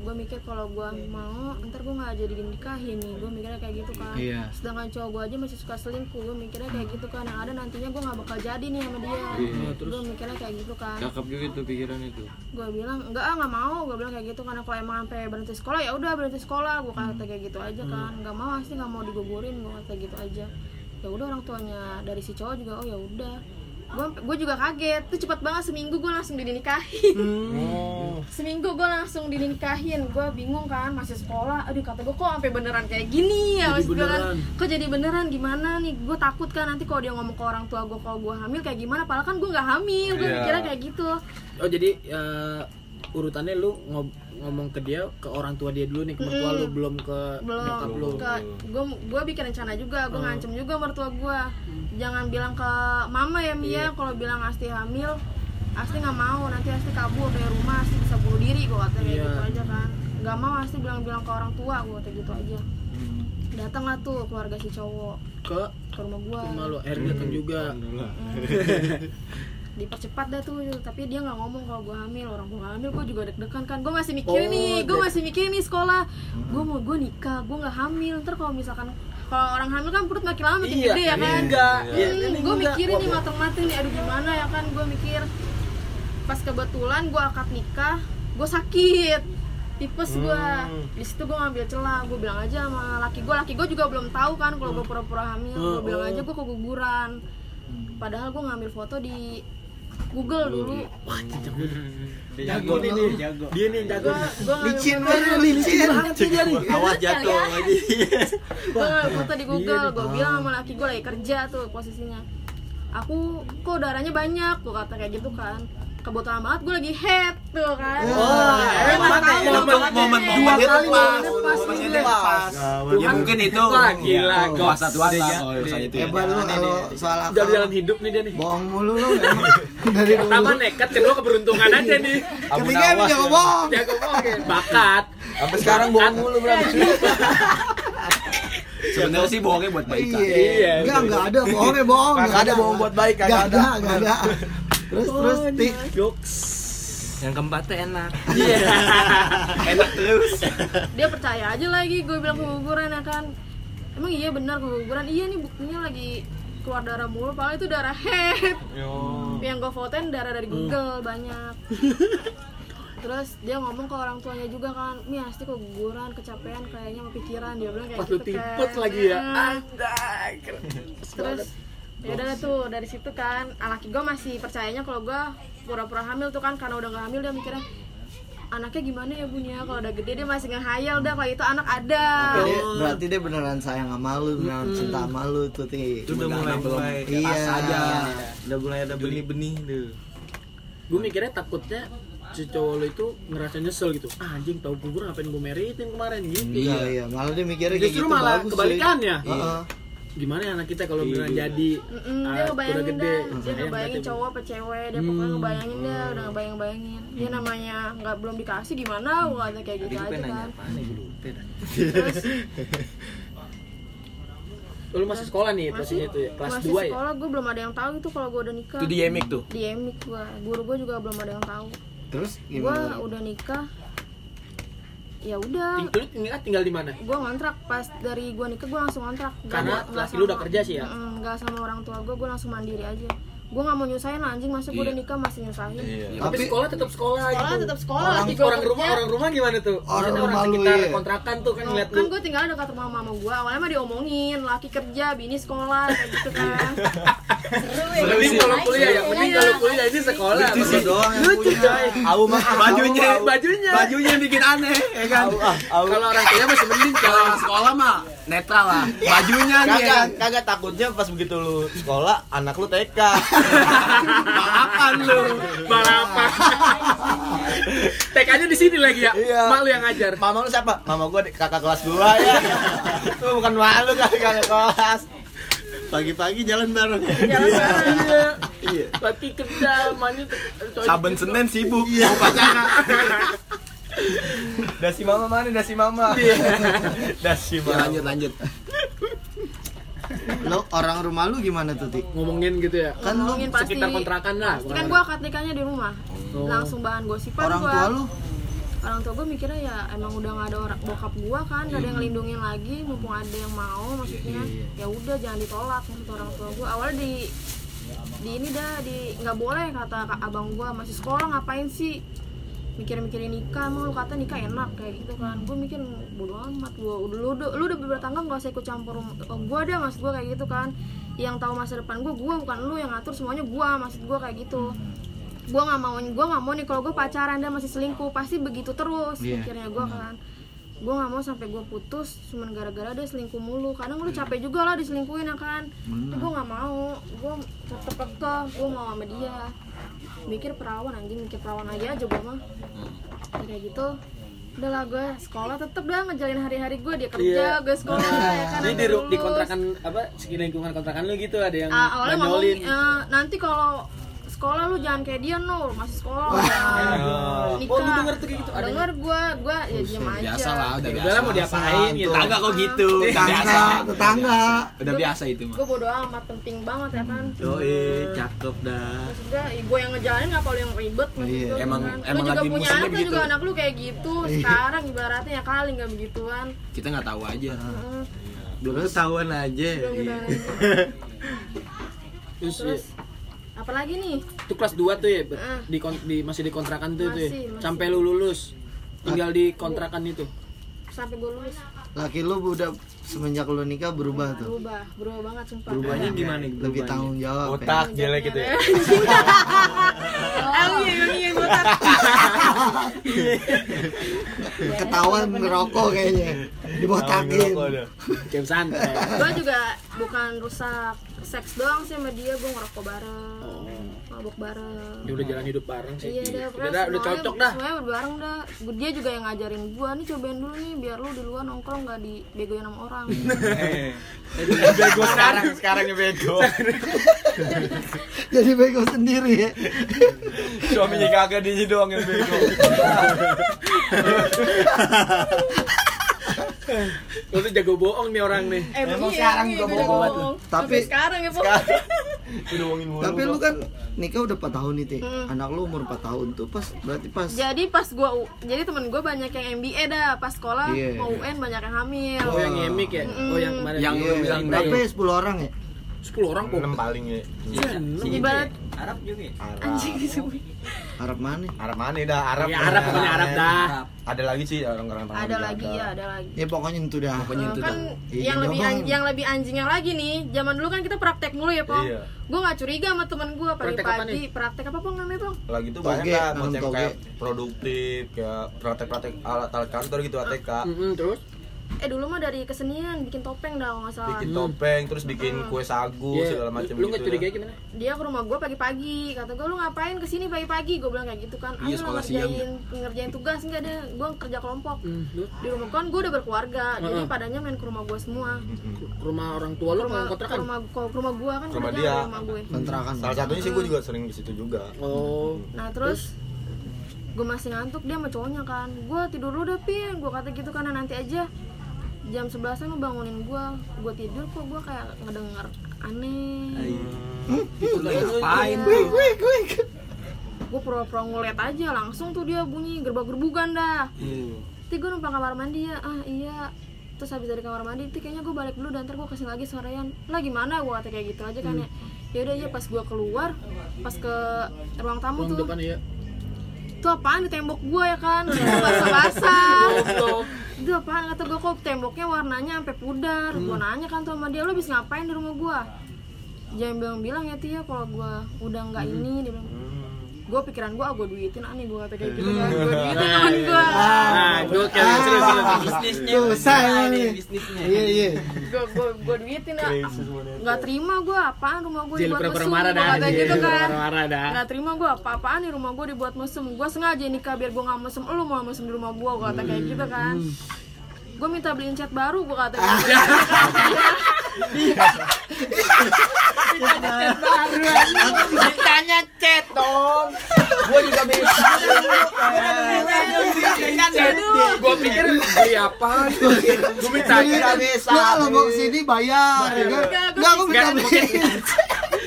gue mikir kalau gue mau ntar gue nggak jadi dinikahin nih gue mikirnya kayak gitu kan Iya. sedangkan cowok gue aja masih suka selingkuh gue mikirnya kayak gitu kan yang ada nantinya gue nggak bakal jadi nih sama dia gue mikirnya kayak gitu kan cakep juga tuh pikiran itu gue bilang enggak ah nggak mau gue bilang kayak gitu karena kalau emang sampai berhenti sekolah ya udah berhenti sekolah gue kata kayak gitu aja kan nggak mau pasti nggak mau digugurin gue kata gitu aja ya udah orang tuanya dari si cowok juga oh ya udah gue gue juga kaget tuh cepat banget seminggu gue langsung dinikahin seminggu gue langsung dinikahin gue bingung kan masih sekolah aduh kata gue kok sampai beneran kayak gini ya maksud gue kan kok jadi beneran gimana nih gue takut kan nanti kalau dia ngomong ke orang tua gue kalau gue hamil kayak gimana padahal kan gue nggak hamil gue Iya. mikirnya kayak gitu Oh jadi eh, urutannya lu ngob- ngomong ke dia ke orang tua dia dulu nih ke mertua lu belum ke nyokap lu. belum gue gue bikin rencana juga gue ngancem juga mertua gue jangan bilang ke mama ya Mia kalau bilang Asti hamil Asti nggak mau nanti Asti kabur dari rumah Asti bisa bunuh diri gue kata kayak Iya. gitu aja kan nggak mau Asti bilang-bilang ke orang tua gue kata gitu aja datanglah tuh keluarga si cowok Ke ke rumah gue rumah lu akhirnya datang juga. Mm. dipercepat dah tuh tapi dia nggak ngomong kalau gue hamil orang gue hamil gue juga deg-degan kan gue masih Oh, mikirin Hmm. nih gue deg- masih mikirin nih sekolah gue mau gue nikah gue nggak hamil ntar kalau misalkan kalau orang hamil kan perut makin lama makin gede ya kan Enggak. Iya, hmm, ini gue enggak. mikirin Wah, nih mateng-mateng nih aduh gimana ya kan gue mikir pas kebetulan gue akad nikah gue sakit tipes gue Hmm. di situ gue ngambil celah gue bilang aja sama laki gue laki gue juga belum tahu kan kalau gue pura-pura hamil gue Hmm, bilang oh. Hmm. aja gue keguguran padahal gue ngambil foto di Google dulu jago nih dia jago Dia nih yang jago. gue gue ngambil licin foto- banget licin Awas jatuh lagi. gue ngambil foto di Google gue bilang sama laki gue lagi kerja tuh posisinya aku kok darahnya banyak gue kata kayak gitu kan kebetulan banget gue lagi head tuh kan Wah, hebat ya. Tahu banget Momen- momen- head. momen itu Dua kali pas. momen pas Momen gitu. itu pas. Ya mungkin itu. Wah, gila. Ke WhatsApp WhatsApp Dia- kalau urusan itu. ya. hebat lu kalau soal akal Jalan-jalan hidup nih dia nih. bohong mulu lu emang. dari dulu Pertama nekat, kedua keberuntungan aja nih. Abu ketiga emang Nawas jago ya. bohong Iya. Jago banget. Bakat. sampai sekarang bohong mulu berarti Sebenarnya sih bohongnya buat baikan. Iya, iya enggak enggak ada bohongnya bohong Kagak ada bohong buat baik, kagak enggak ada. ada enggak ada terus terus ti Yoks. Yang keempat tuh enak. Iya. enak terus dia percaya aja lagi gue bilang keguguran ya kan emang iya benar keguguran iya nih buktinya lagi keluar darah mulu padahal itu darah head yang gue fotoin darah Uh. dari Google banyak terus dia ngomong ke orang tuanya juga kan mi pasti keguguran kecapean kayaknya kepikiran dia bilang kayak Pas lu gitu tipes kan. lagi ya. Nah, Anjay. terus ya udah tuh dari situ kan laki gue masih percayanya kalau gue pura-pura hamil tuh kan karena udah gak hamil dia mikirnya anaknya gimana ya bunya kalau udah gede dia masih ngehayal dah kalau itu anak ada Jadi, berarti dia beneran sayang sama lu beneran cinta sama lu tuh ti Itu udah mulai belum. Iya. Pas aja. udah mulai ada benih-benih tuh gue mikirnya takutnya si cowok lo itu ngerasa nyesel gitu ah, anjing tau gue ngapain gue meritin kemarin gitu iya iya malah dia mikirnya kayak justru gitu malah bagus kebalikannya Iya. Heeh. gimana ya anak kita kalau Iya, beneran jadi Mm-mm, ah, dia ngebayangin udah gede dah, dia sayang ngebayangin berarti. Hmm. cowok apa cewek, dia pokoknya ngebayangin dah, udah ngebayang-bayangin. Dia namanya nggak belum dikasih gimana, gua kata kayak gitu aja kan. Terus Oh, lu masih sekolah nih posisinya itu ya kelas masih 2 ya sekolah, gue belum ada yang tahu itu kalau gue udah nikah. Itu di Yemik tuh. Di emik gue, guru gue juga belum ada yang tahu. terus Gue gimana udah nikah, ya udah. Ting- lu tinggal, tinggal di Ya, mana Gue ngontrak pas dari gue nikah gue langsung ngontrak. Nggak- Karena nggak laki lu udah sama- kerja sih ya? Mm-mm, nggak sama orang tua gue, gue langsung mandiri aja. gue nggak mau nyusahin lah anjing masa gue udah nikah masih nyusahin Tapi Iya. Tapi- sekolah tetap sekolah, sekolah gitu. tetap sekolah orang, lagi gue orang rumah orang rumah gimana tuh? Orang Maksudnya rumah lu, sekitar iya. kontrakan tuh kan ngeliat kan gue tinggal dekat rumah mama gue awalnya mah diomongin laki kerja bini sekolah kayak gitu kan Iya. Mending Iya, kalau kuliah ya, mending kalau kuliah ini sekolah. Lucu doang yang Lucu, punya. coy. Au mah au, Bajunya, au. bajunya. Bajunya yang bikin aneh, ya kan? Kalau orang kuliah masih mending Kalau kalau orang sekolah mah netral lah. Bajunya nih. ya Kagak, kan? kagak takutnya pas begitu lu sekolah anak lu TK. Balapan lu. Iya. balapan. TK-nya di sini lagi ya. Iya. Mak lu yang ngajar. Mama lu siapa? Mama gua di- kakak kelas 2 ya. Lu bukan malu kali kakak kelas. Pagi-pagi jalan bareng. Jalan bareng. Iya. Laki kerja, mani Saben gitu. Senin sibuk. Mau pacaran. Iya. Dasi mama mana? Dasi mama. Dasi Ya, mama. lanjut lanjut. Lo orang rumah lu gimana tuh, Ti? ngomongin gitu ya. Kan lu ngomongin pasti Sekitar kontrakan lah. pasti kan gue akad nikahnya di rumah Oh. langsung bahan gosipan orang gua. tua lu orang tua gue mikirnya ya emang udah nggak ada orang bokap gue kan nggak ada yang lindungin lagi mumpung ada yang mau maksudnya ya udah jangan ditolak maksud orang tua gue awalnya di di ini dah di nggak boleh kata ka- abang gue masih sekolah ngapain sih mikir-mikirin nikah emang lu kata nikah enak kayak gitu kan gue mikir bodo amat gue udah lu, udah- lu udah bertangga nggak usah ikut campur gue ada mas gue kayak gitu kan yang tahu masa depan gue gue bukan lu yang ngatur semuanya gue maksud gue kayak gitu gue nggak mau gue nggak mau nih kalau gue pacaran dan masih selingkuh pasti begitu terus mikirnya gue kan gue nggak mau sampai gue putus cuman gara-gara dia selingkuh mulu kadang lu capek juga lah diselingkuhin ya kan gue nggak mau gue tetep kekeh gue mau sama dia mikir perawan anjing mikir perawan aja aja gue mah kayak gitu udahlah gue sekolah tetep dah ngejalin hari-hari gue dia kerja Iya. gue sekolah ya kan Jadi di, sampai ru- di lulus. kontrakan apa sekitar lingkungan kontrakan lu gitu ada yang gitu. Ah, awalnya ngomong nonjolin. eh, nanti kalau sekolah lu jangan kayak dia Nur masih sekolah Oh, nikah lu denger tuh kayak gitu, ada denger gue gue ya diem aja Biasa lah, Ya udah biasa. udah lah mau diapain gitu. Kagak kok gitu. Biasa. tetangga tetangga Udah biasa itu mah. gue bodo amat penting banget ya kan Yoi, cakep dah. maksudnya gue yang ngejalanin nggak kalau yang ribet maksud Iya. gua, Emang- kan. emang lu juga lagi punya musimnya anak lu juga begitu. anak lu kayak gitu sekarang ibaratnya ya kali nggak begituan Kita nggak tahu aja. Heeh, Belum ketahuan aja. belum Iya. ngejalanin. Terus, terus apalagi nih itu kelas 2 tuh ya ber- Ah. di, kon- di- masih di kontrakan tuh itu ya. Masih, masih. Sampai lu lulus tinggal di kontrakan itu. sampai gue lulus laki lu udah semenjak lu nikah berubah tuh berubah berubah banget sumpah Iya. berubahnya gimana nih lebih berubahnya? tanggung jawab ya. Otak jelek gitu ya. Emang iya, emang iya, botak. ketahuan ngerokok kayaknya dibotakin Ngerokok dia. Kayak santai. gue juga bukan rusak seks doang sih sama dia gue ngerokok bareng mabuk bareng Dia Ya udah jalan hidup bareng Oh. sih. iya dah udah, pokoknya dah, udah semuanya- cocok dah. semuanya udah bareng dah Gua- dia juga yang ngajarin gue nih cobain dulu nih biar lu di luar nongkrong nggak dibegoin sama orang Bego sekarang, sekarang yang bego. jadi bego sendiri ya Suaminya kagak dia doang yang bego. Lu tuh jago bohong nih orang nih. emang iya, sekarang gue bohong Tapi- Sampai sekarang ya pokoknya Sekarang udah ngomongin mulu. tapi lu kan nikah udah 4 tahun nih Ti. Hmm. Iya, anak lu umur 4 tahun tuh pas berarti pas jadi pas gue jadi temen gue banyak yang MBA dah pas sekolah Iya. mau UN banyak yang hamil Oh, yang ngemik ya? Oh, yang kemarin. Yang Iya, lu bilang berapa tadi. ya 10 orang ya 10 orang kok. enam paling ya. Iya, enam. ibarat Arab juga. ya? anjing semua Arab mana Arab mana dah? Arab. Ya, Arab punya Arab dah. Ada lagi sih orang-orang Arab ada juga lagi ya ada lagi ya pokoknya itu dah Pokoknya itu kan dah. Iya, yang lebih dong. an- yang lebih anjingnya lagi nih zaman dulu kan kita praktek mulu ya pong Iya. gue nggak curiga sama temen gue Praktek apa pagi-pagi praktek apa pong namanya pong lagi tuh Toge, banyak lah nanam macam toge. kayak produktif kayak praktek-praktek alat alat kantor gitu ATK Hmm. Mm-mm, terus eh dulu mah dari kesenian bikin topeng dah kalau nggak salah bikin topeng terus bikin Hmm. kue sagu Iya. segala macam Lu gitu nggak curiga gimana? dia ke rumah gue pagi-pagi kata gue lu ngapain kesini pagi-pagi gue bilang kayak gitu kan Iya, "Ayo sekolah ngerjain siang ngerjain tugas enggak deh gue kerja kelompok Mm. Hmm, lu di rumah kan gue udah berkeluarga jadi Heeh. padanya main ke rumah gue semua ke rumah orang tua ke lu rumah mau ke kontrakan. rumah ke rumah gue kan Rumah kerja dia. di rumah gue kontrakan salah satunya sih gue juga sering di situ juga Oh. Nah terus gue masih ngantuk dia sama cowoknya kan gue tidur dulu deh pin gue kata gitu karena nanti aja jam 11an lu bangunin gue gue tidur kok gue kayak ngedengar Iya. aneh Hmm? Itu lu ngapain Iya. tuh? gue pura-pura ngeliat aja langsung tuh dia bunyi gerbang-gerbugan dah Nanti gue numpang kamar mandi ya, ah iya Hmm. Terus habis dari kamar mandi, nanti kayaknya gue balik dulu dan ntar gue kesini lagi sorean Lah gimana, gue kata kayak gitu aja kan ya ya udah ya pas gua keluar pas ke ruang tamu Ruang tuh depan ya. tuh apaan di tembok gua ya kan Gua basah-basah itu apaan kata gua kok temboknya warnanya sampai pudar gua nanya kan tuh sama dia lo bisa ngapain di rumah gua jangan bilang-bilang ya Tia kalau gua udah nggak ini dia bilang gua pikiran gua ah, gua duitin aneh gua kata kayak gitu kan gua duitin Iya, temen gua ya, Nah, gue Ah. kayak serius serius. bisnisnya Dosa emang nih. bisnisnya Iya iya. gua gua gua duitin ah nggak terima gua apaan rumah gua Jil dibuat pura-pura mesum marah gua dah. kata Jil gitu kan pura-pura marah dah. nggak terima gua apa-apaan nih rumah gua dibuat mesum gua sengaja nikah biar gua nggak mesum lu mau mesum di rumah gua gua kata kayak gitu kan gua minta beliin cat baru gua kata kayak Iya. gitu. gua juga bisnis kan, Gue pikir beli apa? Gue minta Jadi aja. lu kalau mau kesini bayar, ya kan? Nggak, aku minta Nggak, beli.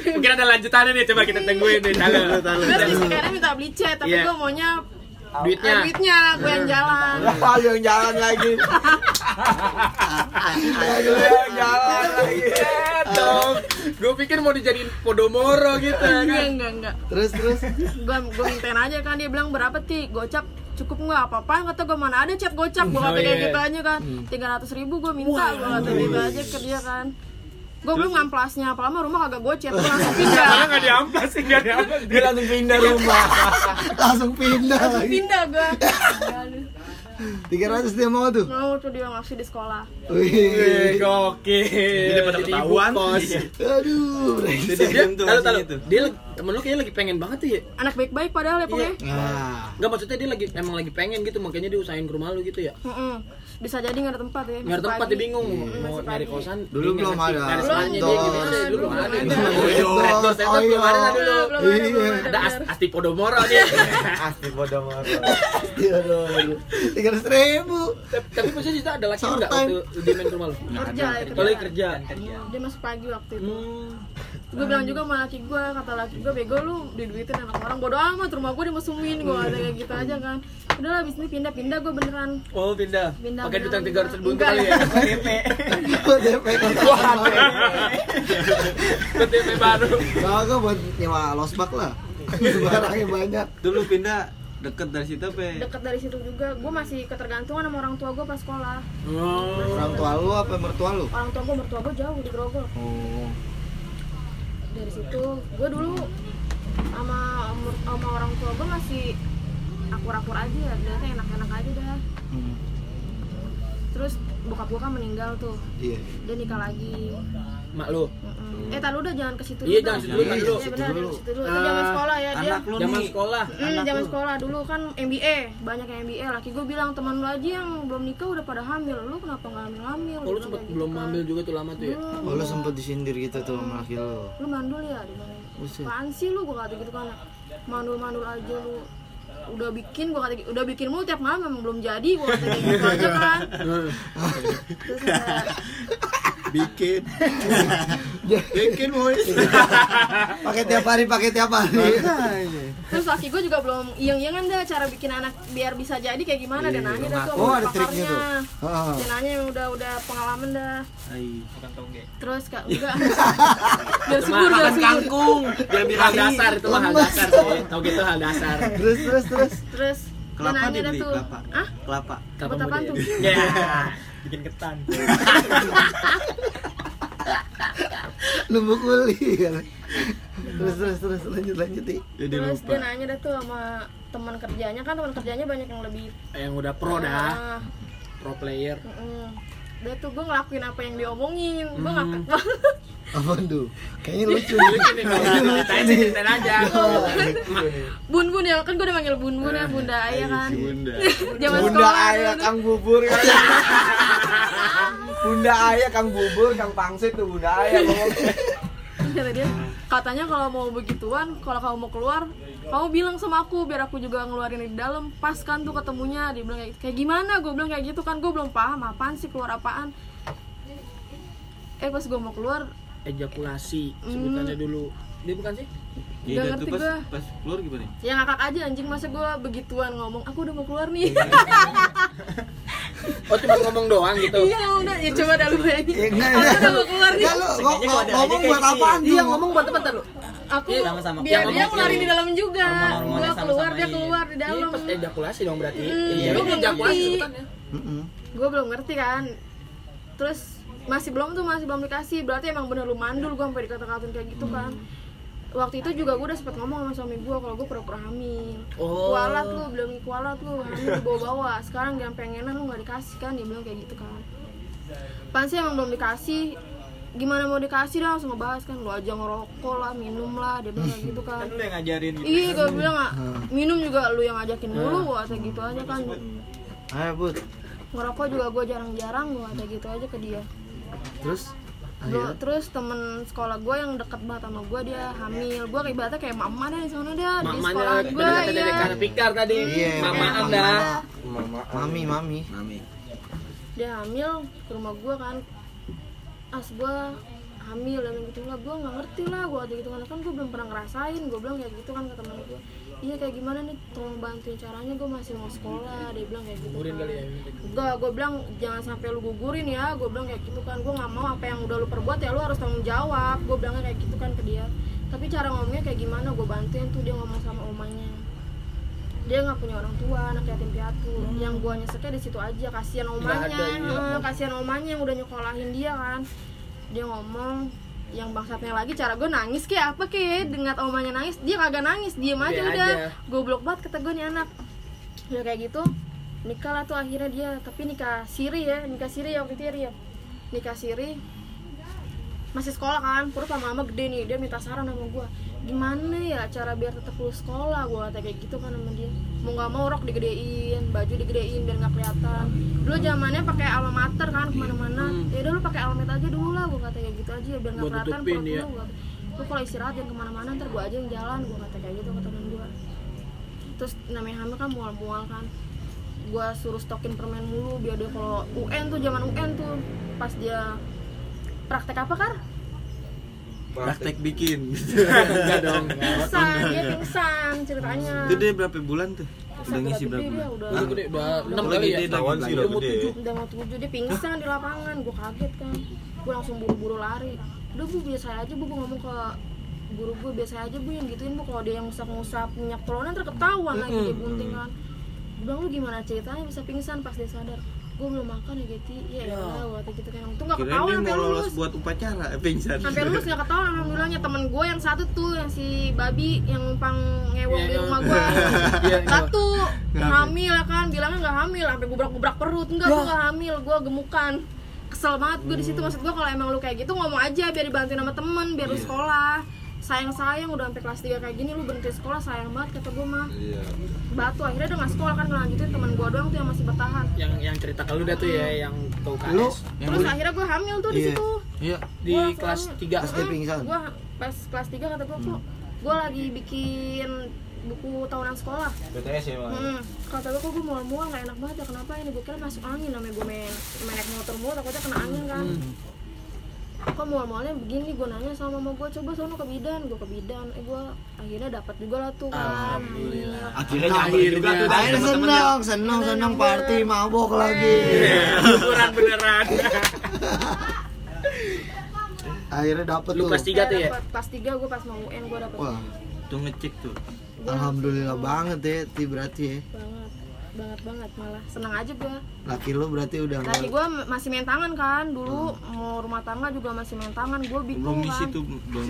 Mungkin ada lanjutannya nih, coba kita tungguin nih. Tahu, Terus istrikannya minta beli cat, tapi Iya. gue maunya Duitnya. Iya. eh, duitnya gue yang jalan. Lah, lu yang jalan lagi Lu yang jalan lagi dong. Gue pikir mau dijadiin podomoro gitu ya Enggak, kan. Iya, enggak, enggak. Terus terus. Gue gue mintain aja kan dia bilang berapa ti gocap cukup nggak apa-apa kata gue mana ada cat gocap gue kata Oh, kayak iya. gitu aja kan tiga ratus ribu gue minta gue kata gitu aja ke dia kan gue belum ngamplasnya apalama rumah kagak gue cat gue langsung pindah Karena Iya, nggak diamplas sih, nggak diamplas. dia langsung pindah rumah Langsung pindah lagi. pindah gue 300 dia mau tuh. mau tuh dia ngasih di sekolah Wih, Wih. Gokil. Jadi pada ibu ketahuan. kos. Iya. Aduh. Dia, brengsek. dia, Diam tuh, tahu, tahu. langsung gitu. Dia, lagi- temen lu kayaknya lagi pengen banget tuh ya. anak baik-baik padahal ya Iya. pokoknya Nah, Enggak maksudnya dia lagi emang lagi pengen gitu makanya dia usahain ke rumah lu gitu ya. Mm-mm. bisa jadi nggak ada tempat ya Nyari masih tempat pagi. dia bingung mau masih nyari pagi. kosan. Dulu bingung belum nggak sih? Nggak ada. Oh, iya. Belum semuanya dia gitu. ada. Dulu belum ada. Belum Red ada. door, red Oh, door belum ada Belum, dulu. belum ada, belum Iya. Oh, Ada as- asti podomoro dia. Asli bodoh banget. dia dong. 300 ribu. Tapi- Tapi maksudnya Cita ada laki enggak Short waktu dia main ke rumah lu? Iya. kerja ya, Kalau dia kerja. dia masih pagi waktu itu Hmm. gue bilang juga sama laki gue kata laki gue bego lu diduitin anak orang bodo amat rumah gue dimusuhin gue kata kayak gitu aja kan udah lah abis ini pindah pindah gue beneran Oh pindah. Pindah, Pakai pindah, duit tiga ratus ribu pindah. kali ya. DP kontrakan. Ke DP baru. Nah, gue buat nyewa losbak lah. Barangnya banyak. dulu pindah deket dari situ apa ya? deket dari situ juga gue masih ketergantungan sama orang tua gue pas sekolah Oh. Orang tua lu apa mertua lu? orang tua gue mertua gue jauh di Grogol Oh. dari situ gue dulu sama sama orang tua gue masih akur-akur aja ya, ternyata enak-enak aja dah Hmm. terus bokap gue kan meninggal tuh Iya. dia nikah lagi Mak lu. Mm-mm. Eh, tak udah jangan ke situ Iya, dulu. jangan situ dulu, Iya, tak dulu. Eh, iya, benar, Situ jangan dulu. situ dulu. Itu zaman sekolah ya dia. anak lu Zaman nih sekolah. Hmm, zaman sekolah dulu kan MBA, banyak yang MBA. Laki gue bilang teman lu aja yang belum nikah udah pada hamil, lu kenapa nggak hamil hamil? Oh, lu sempet "Gitu belum kan." ambil juga tuh lama tuh ya. Oh, lu sempet disindir gitu tuh sama laki lu. Lu mandul ya, dia bilang. Apaan sih lu? Gue kata gitu kan, mandul mandul aja lu. Udah bikin, gue kata gitu. udah bikin mulu tiap malam emang belum jadi, gue kata kayak gitu aja kan. Terus kayak, Bikin. bikin boys Pakai tiap hari, pakai tiap hari. terus laki gue juga belum iyeng-iyengan deh cara bikin anak biar bisa jadi kayak gimana dan nanya dah tuh Oh, sama ada triknya pakarnya. tuh. Ah. dan nanya yang udah udah pengalaman dah terus kak enggak biar Mah, subur biar makan subur kangkung. Dia bilang hal dasar itu mah hal Lemas. dasar sih. Tau gitu hal dasar. Terus terus terus. terus dan kelapa nanya dah dibeli tuh kelapa ah kelapa Buat Kapan apaan mau tuh? dia- Ya. Bikin ketan. Lumbu kuli. Terus terus terus lanjut lanjut Ti. terus dia nanya dah tuh sama teman kerjanya kan teman kerjanya banyak yang lebih Yang udah pro dah, Ah, pro player. mm-mm. dia tuh gue ngelakuin apa yang diomongin gue Hmm. ngakak banget Apaan tuh? Kayaknya lucu. Gini, kalau nggak ada ceritain sih, ceritain aja. bun bun ya kan gue udah manggil bun bun ya bunda ayah kan Bunda. zaman Bunda sekolah gitu. ayah dulu. Kang Bubur kan. Bunda ayah Kang Bubur, Kang Pangsit tuh Bunda ayah ngomong. kata dia katanya kalau mau begituan kalau kamu mau keluar kamu bilang sama aku biar aku juga ngeluarin di dalam pas kan tuh ketemunya dia bilang kayak, kayak gimana gue bilang kayak gitu kan gue belum paham apaan sih keluar apaan eh pas gue mau keluar Ejakulasi sebutannya dulu. Dia bukan sih? Nggak Iya, tuh ngerti pas gua. pas keluar gimana? ya ngakak aja anjing masa gue begituan ngomong aku udah mau keluar nih Oh cuma ngomong doang gitu. Iya udah, ya coba dah lu bayangin. Ya, enggak, Aku enggak. udah mau keluar nih. Enggak, lu Sengaja ngomong- kalau ada aja ngomong kayak buat gini. apaan Iya tuh? ngomong buat bentar lu. Aku Iya, sama-sama. biar Yang dia ngomong keluarin ini. di dalam juga. Hormon-hormonnya Gua sama-sama keluar dia ini. keluar di Iya, Ini dalam. eh, pas ejakulasi dong berarti. Hmm, Iya, gua ini belum ejakulasi ngerti. sebutannya. Mm-mm. Gue belum ngerti kan. Terus masih belum tuh masih belum dikasih. Berarti emang bener lu mandul gue sampai dikata-katain kayak gitu kan. Waktu itu juga gue udah sempet ngomong sama suami gue kalau gue pura-pura hamil. Oh. Kualat lu, bilang kualat lu, hamil dibawa-bawa. Sekarang dia pengenan lu nggak dikasih kan, dia bilang kayak gitu kan. Pan sih emang belum dikasih gimana mau dikasih dah langsung ngebahas kan lu aja ngerokok lah minum lah dia bilang kayak gitu kan Kan lu yang ngajarin gitu. Iya, gue bilang ah, minum juga lu yang ngajakin dulu, gua kata gitu aja kan. Ayo, Bud. Ngerokok juga gue jarang-jarang, gua kata gitu aja ke dia. Terus Gua- terus temen sekolah gue yang deket banget sama gue dia hamil, gue ibaratnya kayak mama deh di sana dia di Mamanya sekolah bener gue, kata iya. Dedek Karpikar tadi. Iya, Mama kayak Anda. mama. mami, mami. Mami. Dia hamil ke rumah gue kan, as gue hamil dan gitu lah gue nggak ngerti lah gue kata gitu kan kan gue belum pernah ngerasain gue bilang kayak gitu kan ke temen gue iya kayak gimana nih tolong bantuin caranya gue masih mau sekolah dia bilang kayak gitu Gugurin kan. kali ya. Enggak, gue bilang jangan sampai lu gugurin ya Gue bilang kayak gitu kan, gue gak mau apa yang udah lu perbuat ya lu harus tanggung jawab Gue bilangnya kayak gitu kan ke dia Tapi cara ngomongnya kayak gimana, gue bantuin tuh dia ngomong sama omanya Dia gak punya orang tua, anak yatim piatu Yang gue nyeseknya di situ aja, kasihan Hmm. omanya ada, iya. eh, Kasihan omanya yang udah nyekolahin dia kan Dia ngomong yang bangsatnya lagi cara gue nangis kayak apa kayak dengar omanya nangis dia kagak nangis diem aja Dia udah aja. goblok banget kata gue nih anak udah kayak gitu nikah lah tuh akhirnya dia tapi nikah siri ya nikah siri ya waktu itu ya Ri, ya. nikah siri masih sekolah kan perut lama-lama gede nih dia minta saran sama gua gimana ya cara biar tetap lulus sekolah gua kata kayak gitu kan sama dia mau nggak mau rok digedein baju digedein biar nggak kelihatan dulu zamannya pakai alma mater kan kemana-mana ya udah lu pakai almet aja dulu lah gua kata kayak gitu aja biar nggak Buat kelihatan nutupin perut ya. lu gua kata. lu kalau istirahat jangan kemana-mana ntar gua aja yang jalan gua kata kayak gitu ke temen gua terus namanya hamil kan mual-mual kan gua suruh stokin permen mulu biar dia kalau UN tuh zaman UN tuh pas dia praktek apa kar? Praktek bikin. Enggak dong. pingsan dia pingsan ceritanya Itu dia berapa bulan tuh? Pingsan Udah ngisi gede berapa dia bulan? udah Udah gede, udah enam Udah kali gede, ya. Lawan sih udah gede. udah mau tujuh dia pingsan di lapangan gue kaget kan gue langsung buru-buru lari udah bu biasa aja bu gue ngomong ke guru gue biasa aja bu yang gituin bu kalau dia yang ngusap-ngusap minyak telurnya ntar ketahuan lagi dia bunting kan Dia bilang lu gimana ceritanya bisa pingsan pas dia sadar gue belum makan ya Geti ya ya waktu gitu kan untung gak Kirain ketahuan dia sampai mau lolos lulus buat upacara, eh, pingsan. sampai lulus nggak ketahuan alhamdulillahnya temen gue yang satu tuh yang si babi yang numpang ngewong Iya, di iya. rumah gue Iya, iya. satu hamil ya kan bilangnya nggak hamil sampai gubrak-gubrak perut enggak gue nggak hamil gue gemukan kesel banget gue di situ maksud gue kalau emang lu kayak gitu ngomong aja biar dibantuin sama temen biar Iya. lu sekolah sayang sayang udah sampai kelas 3 kayak gini lu berhenti sekolah sayang banget kata gue mah Iya. batu akhirnya udah nggak sekolah kan ngelanjutin temen gue doang tuh yang masih bertahan Yang yang cerita ke lu dah tuh ya yang ke UKS. Lu terus akhirnya gue hamil tuh di Iya. situ Iya. di Gua langsung kelas hamil. 3 Pas dia pingsan. Gua pas kelas 3 kata gua, "Pu, gua lagi bikin buku tahunan sekolah." BTS ya Oh, Bang? iya. Hmm. Kata gua, "Kok gua mual-mual gak enak banget ya, kenapa ini?" Gua kira masuk angin namanya gua main main naik motor mulu takutnya kena angin kan. Mm. Kok mual-mualnya begini, gua nanya sama mama gua, "Coba sono ke bidan." Gua ke bidan. Eh gua akhirnya dapat juga lah tuh kan. Alhamdulillah. Akhirnya Nah, nyampe juga tuh dari Akhirnya temen-temen. seneng, seneng, seneng party mabok lagi. Iya. Ukuran beneran. Akhirnya dapet Lu tuh. kelas 3 tuh ya. Pas 3 gua pas mau UN gua dapat Wah, Tuh ngecek tuh. alhamdulillah banget ya, Ti berarti ya. banget banget banget malah senang aja gua Laki lu berarti udah Tadi nggak- gue masih main tangan kan dulu mau rumah tangga juga masih main tangan gue Belum bingung di kan. situ belum.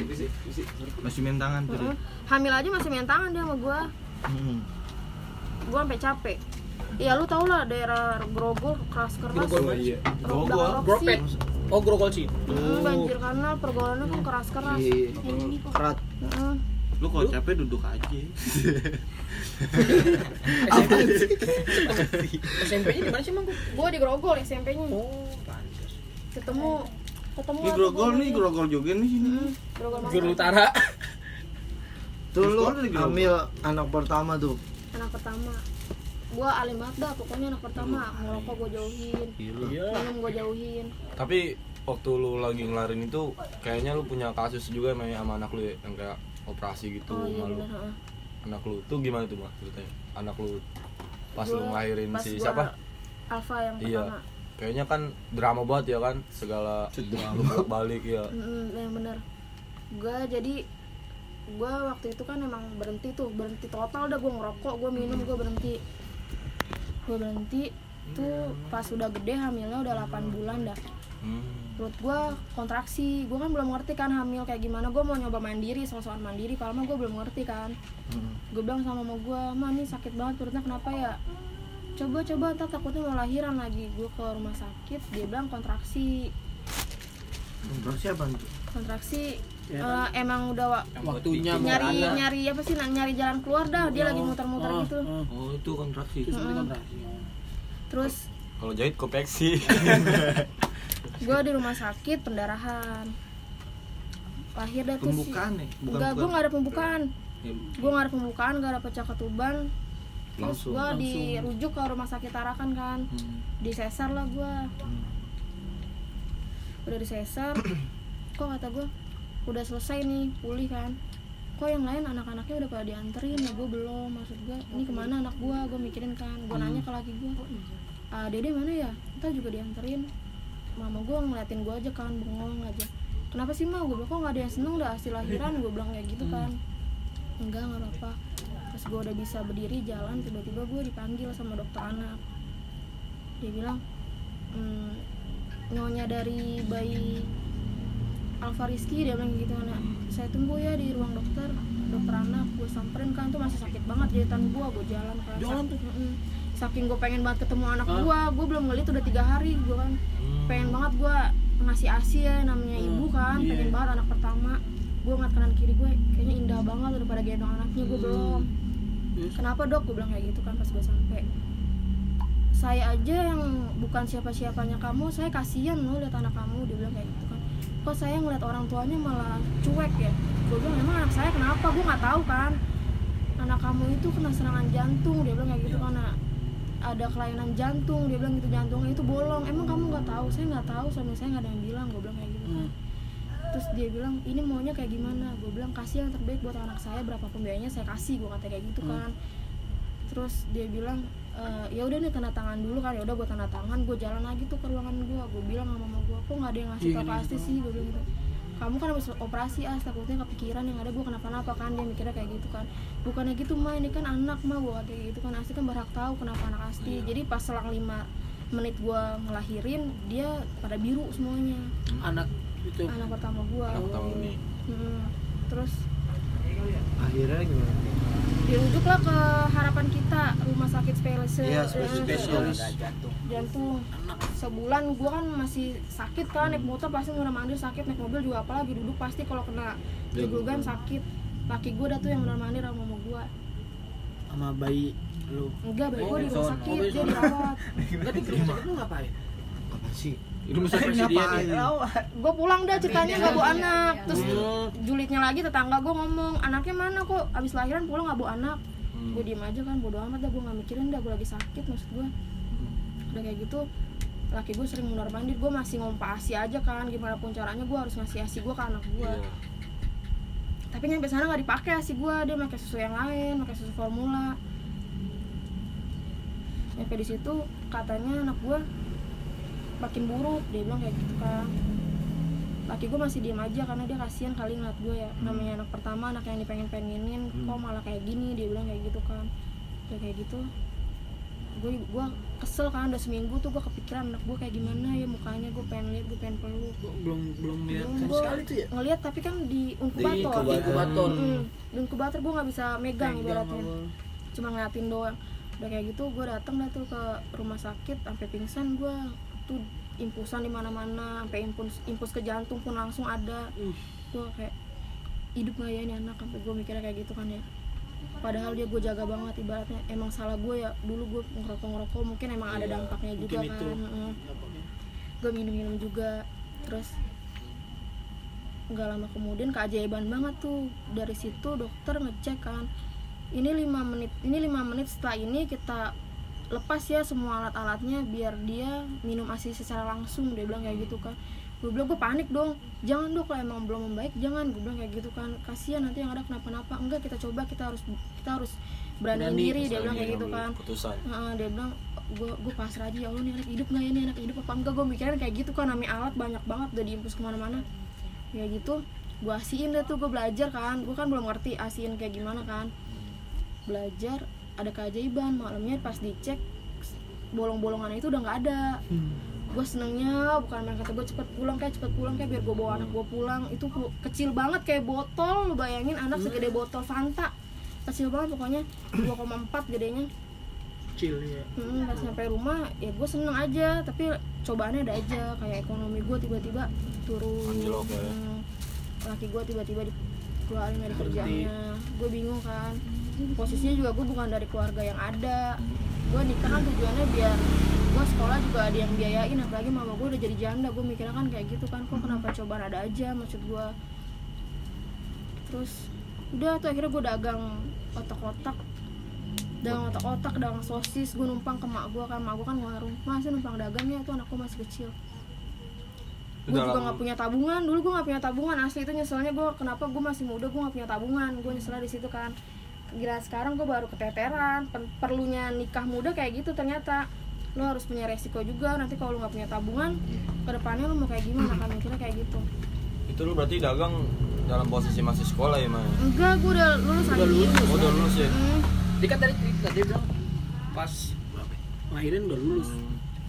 Masih main tangan tuh. Heeh. Hamil aja masih main tangan dia sama gue. Hmm. Gue sampai capek. Ya lu tau lah daerah Grogol keras keras. Oh, Grogol, iya. Grogol. Gropet. Oh, grogol sih. banjir karena pergaulannya kan keras keras. Iya. Kerat. Lu kalau capek duduk aja. SMP-nya di mana sih, Mang? Gue di Grogol SMP-nya. Oh, pantes. Ketemu ketemu. Ini lah grogol pokoknya. nih, grogol juga nih sini. Mm, Grogol Mangga. Guru Utara. Tuh lu Sekolah dari Grogol. hamil anak pertama tuh. Anak pertama. Gue alim banget dah pokoknya anak pertama. Ngerokok gue jauhin. Iya. Minum gue jauhin. Tapi waktu lu lagi ngelarin itu kayaknya lu punya kasus juga sama, sama anak lu ya, yang kayak operasi gitu Oh iya sama lu. benar. heeh. Anak lu tuh gimana tuh, Mak? Ceritanya. Anak lu pas lu Gua- ngelahirin pas si gua siapa? Alfa yang Iya. pertama Kayaknya kan drama banget ya kan segala bolak balik ya. Mm, yang bener gue jadi gue waktu itu kan emang berhenti tuh berhenti total dah gue ngerokok gue minum gue berhenti gue berhenti tuh pas udah gede hamilnya udah 8 bulan dah perut gue kontraksi gue kan belum ngerti kan hamil kayak gimana gue mau nyoba mandiri soal-soal mandiri kalau mah gue belum ngerti kan gue bilang sama mama gue mah ini sakit banget perutnya kenapa ya coba coba ntar takutnya mau lahiran lagi gue ke rumah sakit dia bilang kontraksi Terus siapa tuh? kontraksi Ya, eh, emang udah wa- Waktunya mau nyari anak. nyari apa sih nah, nyari jalan keluar dah dia lagi muter-muter gitu Oh, itu kontraksi. Hmm. terus Kalau jahit kopeksi. gue di rumah sakit pendarahan lahir dah tuh si Pembukaan nih, bukan enggak gue bukan. Iya. nggak ada pembukaan gue nggak ada pembukaan nggak ada pecah ketuban terus gue dirujuk ke rumah sakit Tarakan kan Hmm. di sesar lah gue udah di sesar kok kata gue udah selesai nih pulih kan kok yang lain anak-anaknya udah pada dianterin ya gue belum maksud gue ini kemana anak gue gue mikirin kan gue nanya ke laki Oh, gue iya. ah dede mana ya kita juga dianterin mama gue ngeliatin gue aja kan bengong aja kenapa sih mah gue bilang kok gak ada yang seneng dah hasil lahiran gue bilang kayak gitu kan enggak nggak apa-apa pas gue udah bisa berdiri jalan tiba-tiba gue dipanggil sama dokter anak dia bilang "Hmm, nyonya dari bayi Alfa Rizky dia bilang gitu anak saya tunggu ya di ruang dokter dokter anak gue samperin kan tuh masih sakit banget jahitan gue gue jalan kan jalan tuh saking gue pengen banget ketemu anak gue gue belum ngeliat udah tiga hari gue kan pengen banget gue ngasih asi ya namanya ibu kan pengen banget anak pertama gue ngeliat kanan kiri gue kayaknya indah banget udah pada gendong anaknya Hmm. gue belum kenapa dok gue bilang kayak gitu kan pas gue sampai saya aja yang bukan siapa-siapanya kamu saya kasihan loh lihat anak kamu dia bilang kayak gitu kan kok saya ngeliat orang tuanya malah cuek ya gue bilang emang anak saya kenapa gue nggak tahu kan anak kamu itu kena serangan jantung dia bilang kayak gitu karena ada kelainan jantung dia bilang gitu jantungnya itu bolong emang kamu nggak tahu saya nggak tahu suami saya nggak ada yang bilang gue bilang kayak gitu kan terus dia bilang ini maunya kayak gimana gue bilang kasih yang terbaik buat anak saya berapa pembiayanya saya kasih gue kata kayak gitu kan terus dia bilang "Eh, ya udah nih tanda tangan dulu kan ya udah gue tanda tangan gue jalan lagi tuh ke ruangan gue gue bilang sama mama gue kok nggak ada yang Iya, ngasih tau pasti sih gue bilang gitu kamu kan habis operasi ah takutnya kepikiran yang ada gue kenapa-napa kan dia mikirnya kayak gitu kan bukannya gitu mah ini kan anak mah gue kayak gitu kan Asti kan berhak tahu kenapa anak Asti jadi pas selang lima menit gue ngelahirin dia pada biru semuanya anak itu anak pertama gue Tahu nih. Hmm, terus Akhirnya gimana? dirujuklah ke harapan kita rumah sakit spesialis Iya, spesialis. jantung sebulan gua kan masih sakit kan naik motor pasti udah mandir sakit naik mobil juga apalagi duduk pasti kalau kena juglugan sakit laki gua dah tuh yang udah mandir sama mama gua sama bayi lu enggak bayi gua di rumah Wilson. sakit dia dirawat tapi kerja lu ngapain Apa sih? itu mesti presiden ya gua pulang dah ceritanya gak bawa anak terus julidnya lagi tetangga gua ngomong anaknya mana kok abis lahiran pulang gak bawa anak Hmm. gue diem aja kan bodo amat dah gue gak mikirin dah gue lagi sakit maksud gue udah kayak gitu laki gue sering mundar mandir gue masih ngompa asi aja kan gimana pun caranya gue harus ngasih asi gue ke anak iya. gue tapi nyampe sana nggak dipakai asi gue dia pakai susu yang lain pakai susu formula nyampe di situ katanya anak gue makin buruk dia bilang kayak gitu kan laki gue masih diem aja karena dia kasihan kali ngeliat gue ya namanya anak pertama anak yang dipengen pengenin kok malah kayak gini dia bilang kayak gitu kan udah kayak gitu gue gue kesel kan udah seminggu tuh gue kepikiran anak gue kayak gimana ya mukanya gue pengen lihat gue pengen peluk belum belum lihat Belum gua ya? ngeliat tapi kan di inkubator Di inkubator. Mm, di inkubator gue nggak bisa megang ibaratnya cuma ngeliatin doang udah kayak gitu gue datang dah tuh ke rumah sakit sampai pingsan gue tuh impusan di mana mana sampai impus impus ke jantung pun langsung ada gue kayak hidup gak ya ini anak sampai gue mikirnya kayak gitu kan ya padahal dia gue jaga banget ibaratnya emang salah gue ya dulu gue ngerokok ngerokok mungkin emang ada dampaknya juga mungkin itu. kan Mm. gue minum minum juga terus nggak lama kemudian keajaiban banget tuh dari situ dokter ngecek kan ini lima menit ini lima menit setelah ini kita lepas ya semua alat-alatnya biar dia minum asi secara langsung dia bilang kayak gitu kan gue bilang gue panik dong jangan dok kalau emang belum membaik jangan gue bilang kayak gitu kan kasihan nanti yang ada kenapa-napa enggak kita coba kita harus kita harus berani diri dia bilang kayak gitu kan Keputusan. Heeh, dia bilang gue gue pasrah aja ya Allah nih anak hidup nggak ya nih anak hidup apa enggak gue mikirin kayak gitu kan namanya alat banyak banget udah diimpus kemana-mana ya gitu gue asiin deh tuh gue belajar kan gue kan belum ngerti asiin kayak gimana kan belajar ada keajaiban malamnya pas dicek bolong-bolongan itu udah nggak ada gue senengnya bukan main kata gue cepet pulang kayak cepet pulang kayak biar gue bawa anak gue pulang itu pu- kecil banget kayak botol lu bayangin anak segede botol Fanta kecil banget pokoknya 2,4 gedenya Kecil ya. Hmm, pas sampai rumah ya gue seneng aja tapi cobaannya ada aja kayak ekonomi gue tiba-tiba turun Anjlok ya. Hmm, laki gue tiba-tiba dikeluarin dari kerjaannya gue bingung kan posisinya juga gue bukan dari keluarga yang ada gue nikah kan tujuannya biar gue sekolah juga ada yang biayain apalagi mama gue udah jadi janda gue mikirnya kan kayak gitu kan kok kenapa cobaan ada aja maksud gue terus udah tuh akhirnya gue dagang otak-otak dagang otak-otak dagang sosis gue numpang ke mak gue kan mak gue kan warung masih numpang dagangnya itu anakku masih kecil gue Dalam- juga nggak punya tabungan dulu gue nggak punya tabungan asli itu nyeselnya gue kenapa gue masih muda gue nggak punya tabungan gue nyeselnya di situ kan gila sekarang gue baru keteteran Pen- perlunya nikah muda kayak gitu ternyata lo harus punya resiko juga nanti kalau lo nggak punya tabungan kedepannya lo mau kayak gimana kan mikirnya kayak gitu Itu lu berarti dagang dalam posisi masih sekolah ya, Mai? enggak gue udah lulus aja Oh, udah lulus ya? Hmm, Dia kan tadi cerita dia bilang pas lahirin udah lulus.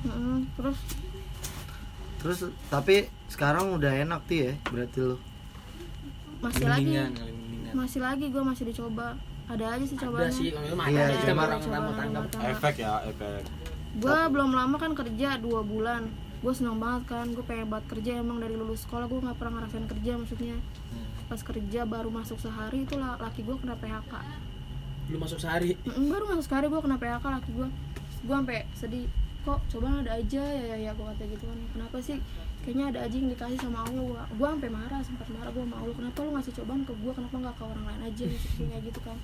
hmm, terus Terus tapi sekarang udah enak tuh ya berarti lo. masih lagi Bimbingan, kali bimbingan. masih lagi gue masih dicoba ada aja sih Ada cobanya sih, kalau itu mah Iya, ada. Kita cuma- barang tamu tanggap. Efek ya, efek. gue belum lama kan kerja dua bulan gue seneng banget kan gue pengen banget kerja emang dari lulus sekolah gue nggak pernah ngerasain kerja maksudnya pas kerja baru masuk sehari itu la- laki gue kena PHK Lu masuk sehari. Iya, Mm, baru masuk sehari gue kena PHK laki gue gue sampai sedih kok coba ada aja ya ya ya gue kata gitu kan kenapa sih kayaknya ada aja yang dikasih sama Allah gue gue sampai marah sempat marah gue sama Allah kenapa lu ngasih cobaan ke gue kenapa nggak ke orang lain aja Maksudnya kayak gitu kan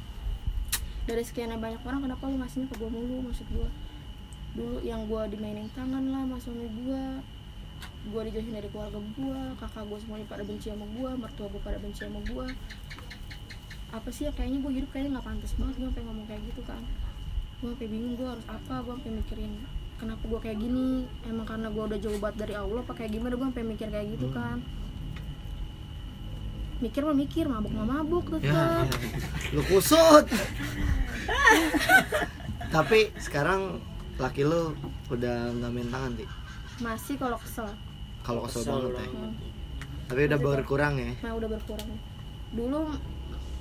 dari sekian banyak orang kenapa lu ngasihnya ke gue mulu maksud gue dulu yang gue dimainin tangan lah sama suami gue gue dijauhin dari keluarga gue kakak gue semuanya pada benci sama gue mertua gue pada benci sama gue apa sih ya kayaknya gue hidup kayaknya nggak pantas banget gue sampai ngomong kayak gitu kan gue sampai bingung gue harus apa gue sampai mikirin kenapa gue kayak gini emang karena gue udah jauh banget dari Allah apa kayak gimana gue sampai mikir kayak gitu kan mikir mah mikir mabuk mah mabuk Ya, tetap Lu kusut. tapi sekarang laki lu udah nggak main tangan sih. masih kalau kesel Kalau kesel Kesel banget ya. Hmm. Tapi udah berkurang ya. nah udah berkurang dulu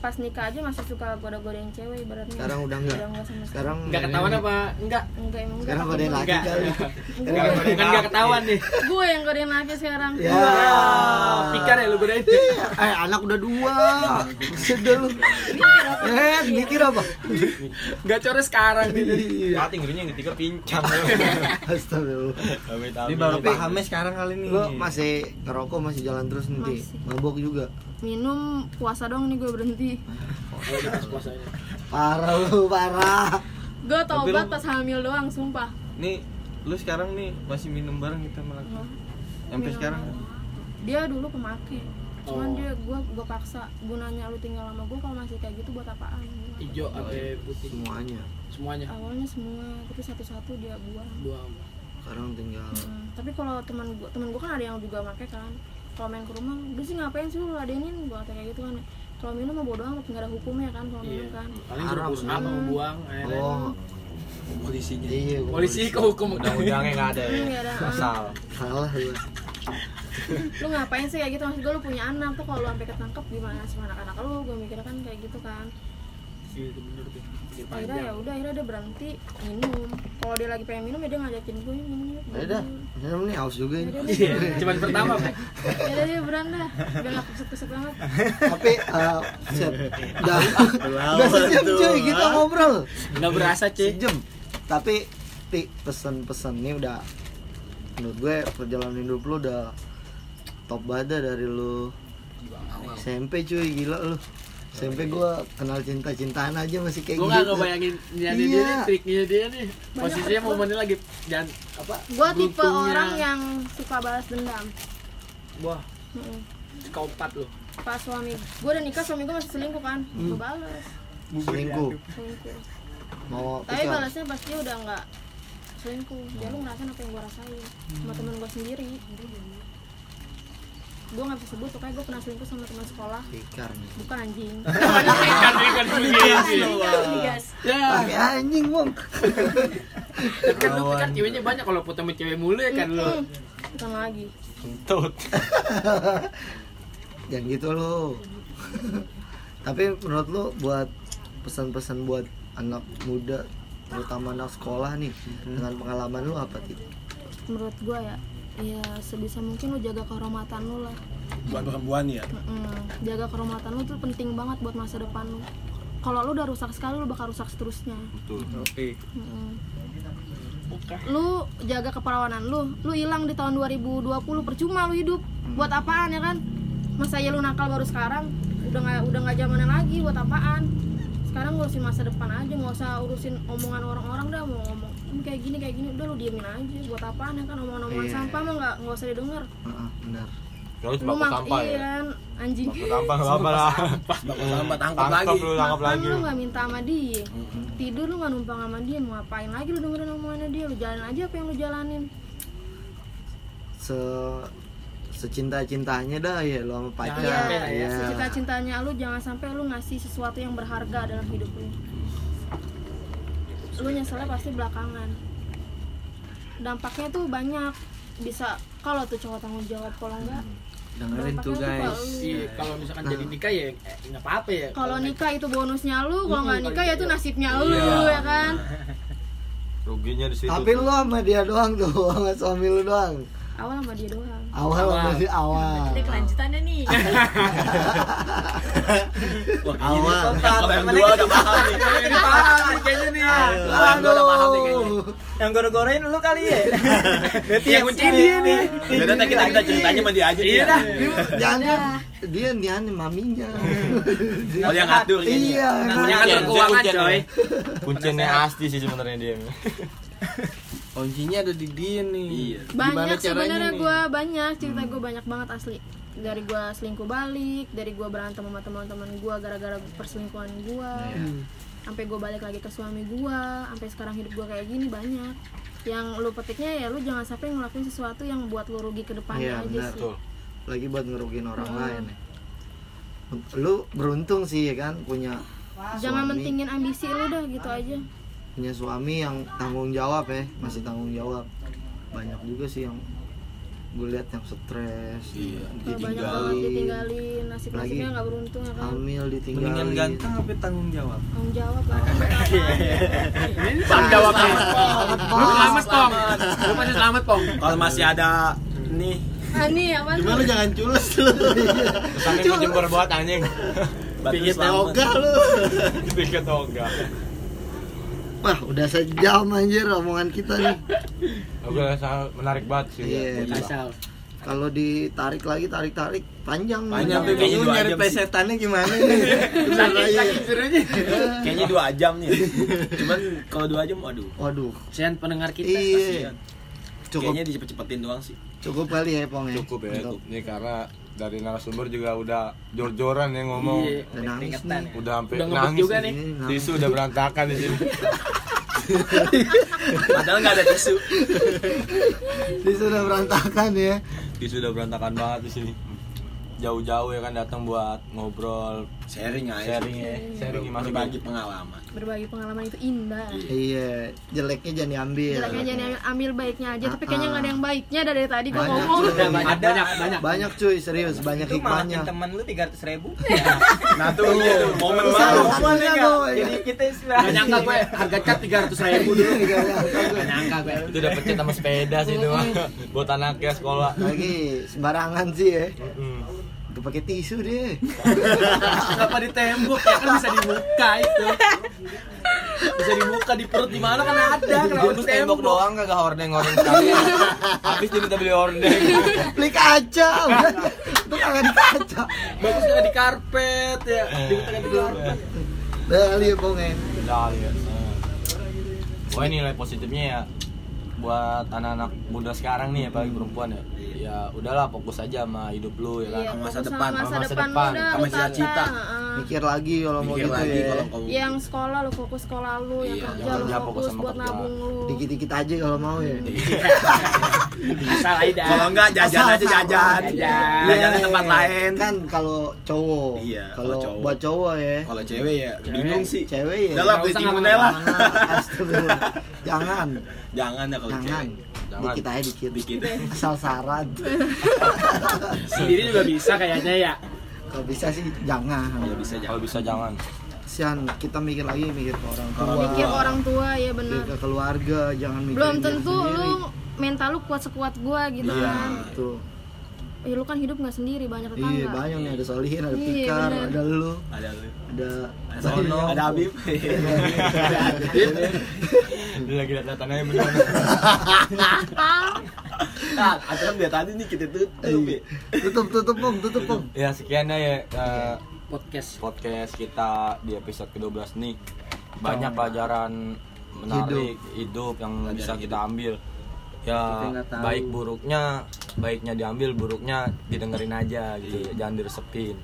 pas nikah aja masih suka goda-godain cewek ibaratnya Sekarang udah enggak. udah enggak sama sekali Sekarang Enggak ketahuan apa? Enggak. enggak emang udah Sekarang takut godain gua. laki iya. kali. Gue- Bukan enggak ketahuan nih. gue yang godain laki sekarang Ya. Ah, Pikir ya lu godain. Eh anak udah dua. Sedih lu. Eh mikir apa? Enggak core sekarang nih. Iya. Iya. Mati ngerinya yang ketiga pincang. Astagfirullah. Amit Ini baru Tapi- pahamnya sekarang kali nih. Lu masih ngerokok masih jalan terus nanti. Masih. Mabok juga. minum puasa dong nih gue berhenti Oh, di pas puasanya. Parah lu, parah. gue tobat lu- pas hamil doang sumpah Nih, lu sekarang nih masih minum bareng kita malah. Sampai Minum. sekarang. dia dulu pemakai cuman Oh. dia gue gue paksa gunanya lu tinggal sama gue kalau masih kayak gitu buat apaan Gua- Iya. Hijau apa putih? Semuanya. Semuanya. awalnya semua tapi satu-satu dia buang Dua. Sekarang tinggal Hmm, tapi kalau teman gue teman gue kan ada yang juga pakai kan kalau main ke rumah udah sih ngapain sih lu ladenin gue kayak gitu kan kalau minum mah bodo amat nggak ada hukumnya kan kalau Iya. minum kan Hmm. Paling suruh Haram, push up ya. mau buang akhirnya. Oh, polisinya. iya. gua Polisi kok hukum Undang-undangnya nggak ada ya. Nggak ada. Asal. Salah gua. lu ngapain sih kayak gitu maksud gue lu punya anak tuh kalau lu sampai ketangkep gimana sama anak-anak lu gue mikirnya kan kayak gitu kan Iya, itu bener tuh. Pikir akhirnya ya panjang. udah akhirnya dia berhenti minum kalau dia lagi pengen minum ya dia ngajakin gue minum yuk, Ya udah, minum nih haus juga ini. Yaudah deh, Iya, beneran. Cuman pertama, Pak. Yaudah deh beran dah biar gak keset-keset banget Tapi eh set. Udah. Udah sejam cuy kita ngobrol. Enggak berasa, Ci. Sejam. Tapi ti pesan-pesan nih udah menurut gue perjalanan hidup lu udah top banget dah dari lu SMP cuy gila lu SMP gua kenal cinta-cintaan aja masih kayak Gua gitu enggak ngebayangin nyari dia Iya. nih, triknya dia nih. Banyak Posisinya momennya lagi jangan apa? gue tipe beruntungnya. orang yang suka balas dendam Wah, Mm-mm. kau empat loh. pas suami gue udah nikah suami gue masih selingkuh kan gue balas selingkuh selingkuh mau tapi pisah balasnya pasti udah nggak selingkuh dia lu ngerasain apa yang gue rasain sama temen gue sendiri gue nggak bisa sebut pokoknya gue pernah selingkuh sama teman sekolah tikar nih bukan anjing Kan, Ikan-ikan begini. Gas. Ya, pakai anjing bang kan lu kan ceweknya banyak kalau foto sama cewek mulu ya kan lu. bukan lagi jangan gitu lo tapi menurut lo buat pesan-pesan buat anak muda terutama anak sekolah nih dengan pengalaman lu apa sih menurut gue ya ya sebisa mungkin lu jaga kehormatan lu lah buat perempuan ya Mm-mm. jaga kehormatan lu tuh penting banget buat masa depan lu kalau lu udah rusak sekali lu bakal rusak seterusnya betul Mm-mm. lu jaga keperawanan lu lu hilang di tahun 2020 percuma lu hidup Mm. buat apaan ya kan masa ya lu nakal baru sekarang udah nggak udah nggak zamannya lagi buat apaan sekarang ngurusin masa depan aja nggak usah urusin omongan orang-orang dah mau ngomong "Ini kayak gini kayak gini udah lu diemin aja buat apaan ya kan omongan-omongan Iya. sampah mah nggak nggak usah didengar Heeh, benar Kalau lu sembako mak sampah ya. iya anjing Sembako sampah enggak apa lah. Eh, bakal lambat tangkap Tangkap lagi lu, tangkap Makan lagi. lu nggak minta sama dia tidur lu nggak numpang sama dia mau ngapain lagi lu dengerin omongannya dia lu jalanin aja apa yang lu jalanin se secinta cintanya dah ya lo sama pacar Iya. iya secita cintanya lu jangan sampai lu ngasih sesuatu yang berharga dalam hidup lu lu nyeselnya pasti belakangan dampaknya tuh banyak bisa kalau tuh cowok tanggung jawab kalau enggak dengerin tuh dampaknya guys ke Iya, kalau misalkan jadi Nah. nikah ya eh, nggak apa-apa ya. lu. kalau nikah itu bonusnya lu kalau nggak Mm, nikah ya itu nasibnya lu ya kan Ruginya di situ. tapi lu sama dia doang tuh sama suami lu doang awal sama dia doang awal sama si Iya, awal Ada kelanjutannya nih. Wah, Awal. Kalau yang dua udah paham nih. Ini paham nih kayaknya nih. Kalau yang dua udah ya, paham nih kayaknya. Iya. Yang gore-gorein lu kali ya? Berarti Iya, yang kunci dia nih. Yaudah, nanti kita kita ceritanya sama dia aja nih. ya. jangan Iya. dia dia maminya Oh, yang ngatur kayaknya. iya emang. Yang ngatur keuangan Kuncian, coy. Kuncinya Asti sih sebenarnya dia. Kuncinya ada di dia nih. Iya. banyak sebenarnya gue banyak cerita gue banyak banget asli dari gue selingkuh balik dari gue berantem sama teman-teman gue gara-gara perselingkuhan gue Iya. Hmm. sampai gue balik lagi ke suami gue sampai sekarang hidup gue kayak gini banyak yang lu petiknya ya lu jangan sampai ngelakuin sesuatu yang buat lu rugi ke Iya, depannya aja benar. sih Betul. lagi buat ngerugiin orang Iya. lain ya. lu beruntung sih ya kan punya Ah, jangan Suami. mentingin ambisi lu dah gitu aja punya suami yang tanggung jawab ya masih tanggung jawab banyak juga sih yang gue lihat yang stres Iya. Kalau banyak banget ditinggalin nasib nasibnya Lagi. nggak beruntung ya kan hamil Mendingan ditinggalin ganteng tapi tanggung jawab. tanggung jawab lah Apa-apa. Ini tanggung jawabnya. Lu selamat, Pong. Lu masih selamat, Pong. Kalau masih ada nih Ani Ah, apa tuh? Cuma lu jangan cules lu. Kesannya ngejemur buat anjing. batu Pijit selamat. yoga lu. Dikit toga. wah udah sejam anjir omongan kita nih Oke, sangat menarik banget sih. Iya, Gila. Asal. kalau ditarik lagi tarik tarik panjang nih. Panjang tuh kayaknya Lu dua nyari jam sih. pesetannya gimana nih? Sakit, sakit serunya. Kayaknya dua jam nih. Cuman kalau dua jam waduh. waduh Kasihan pendengar kita. ya. iya cukup Kayaknya dicepet-cepetin doang sih. cukup kali ya pong ya Cukup ya. Untuk- Ini karena dari narasumber juga udah jor-joran ya ngomong. Iya. udah nangis nih Udah sampai Udah ngebut nangis. juga nih. nih. Tisu udah berantakan di sini. Padahal nggak ada tisu. ini sudah berantakan ya Tisu udah berantakan banget di sini. Jauh-jauh ya kan datang buat ngobrol, Sharing aja. sharing ya. Sharing masih Nah, Berbagi pengalaman. berbagi pengalaman itu indah iya jeleknya jangan diambil Jeleknya jangan ambil, ambil baiknya aja, tapi Ah, kayaknya Iya, ah. nggak ada yang baiknya dah dari tadi gua Banyak ngomong. juga. Udah banyak, banyak, banyak. banyak cuy serius banyak Lu malakin hikmahnya temen lu 300 ribu. Nah tuh, tuh, momen Salah baru. Iya, omongannya, Boy. Jadi gitu. kita Gak istilahnya. nyangka gue harga cat 300 ribu dulu. Gak nyangka gue. Itu udah pecet sama sepeda sih itu mah. buat anaknya sekolah. lagi sembarangan sih ya Mm. udah pakai tisu deh Kenapa di tembok ya kan bisa dibuka itu. Bisa dibuka di perut di mana kan ada. Aku tembok doang kagak hordeng-hordeng sekalian. Habis diminta beli hordeng. beli kaca udah Udah kagak di kaca Bagus nggak di karpet ya. Di karpet. udah kali ya pong ya Udah, ya. Pokoknya nilai Iya. positifnya ya buat anak-anak muda sekarang nih apalagi perempuan ya ya udahlah fokus aja sama hidup lu ya kan Iya, masa fokus sama depan, masa, masa depan, Ah, depan, lu dah, sama lu tata, cita-cita. heeh. mikir lagi kalau mau Mikir gitu lagi ya kalau kau yang sekolah lu fokus sekolah lu yang Iya, kerja jangan lu kerja, fokus fokus sama buat kerja. nabung lu dikit-dikit aja kalau mau ya Salah dah. kalau enggak jajan aja jajan. Jajan. Jajan di tempat lain. kan kalau cowok Iya, kalau kalau cowok. buat cowok ya Kalau cewek ya bingung sih. cewek ya Udah lah beli Nggak usah timunnya lah. Jangan, astagfirullah. jangan Jangan ya kalau jangan cewek. Jangan. dikit aja dikit Dikit. asal saran Sendiri juga bisa kayaknya ya. kalau bisa sih Iya. jangan Kalau bisa kalau jangan. bisa jangan Sian, kita mikir lagi mikir ke orang tua mikir ke orang tua ya benar mikir ke keluarga jangan Iya, mikir belum diri tentu sendiri. Ya, lu mental lu kuat sekuat gua gitu Iya. kan tuh ya lu kan hidup nggak sendiri banyak tetangga iya banyak nih ada solihin ada Iya, pikar bener. ada lu Ada lu. ada Ada Sono, ada Habib. Dia lagi ya, lihat lihatannya bener Nah, aturan dia tadi nih kita tutup. ya. tutup tutup pom tutup pom ya sekian ya eh, podcast podcast kita di episode ke-12 nih banyak pelajaran menarik hidup, yang bisa kita ambil ya baik buruknya baiknya diambil buruknya didengerin aja gitu jangan diresepin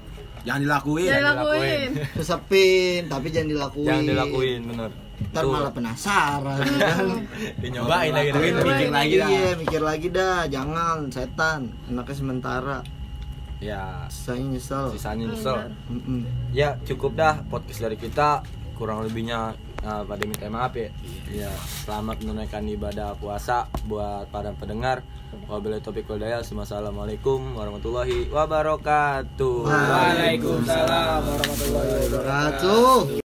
Jangan Iya, dilakuin. Jangan dilakuin. lakuin Resepin, tapi jangan dilakuin. jangan dilakuin bener Ntar Tuh, malah penasaran. Iya, kan? dinyobain lagi gitu. Dilakuin, mikir lagi dah. Iya, mikir lagi dah. Jangan, setan. Enaknya sementara. ya Saya nyesel. sisanya nyesel Mm-mm. ya cukup dah podcast dari kita kurang lebihnya eh, pada minta maaf ya. ya selamat menunaikan ibadah puasa buat para pendengar wabillahi taufiq wal hidayah. Assalamualaikum warahmatullahi wabarakatuh Waalaikumsalam Waalaikumsalam warahmatullahi wabarakatuh. Wabarakatuh.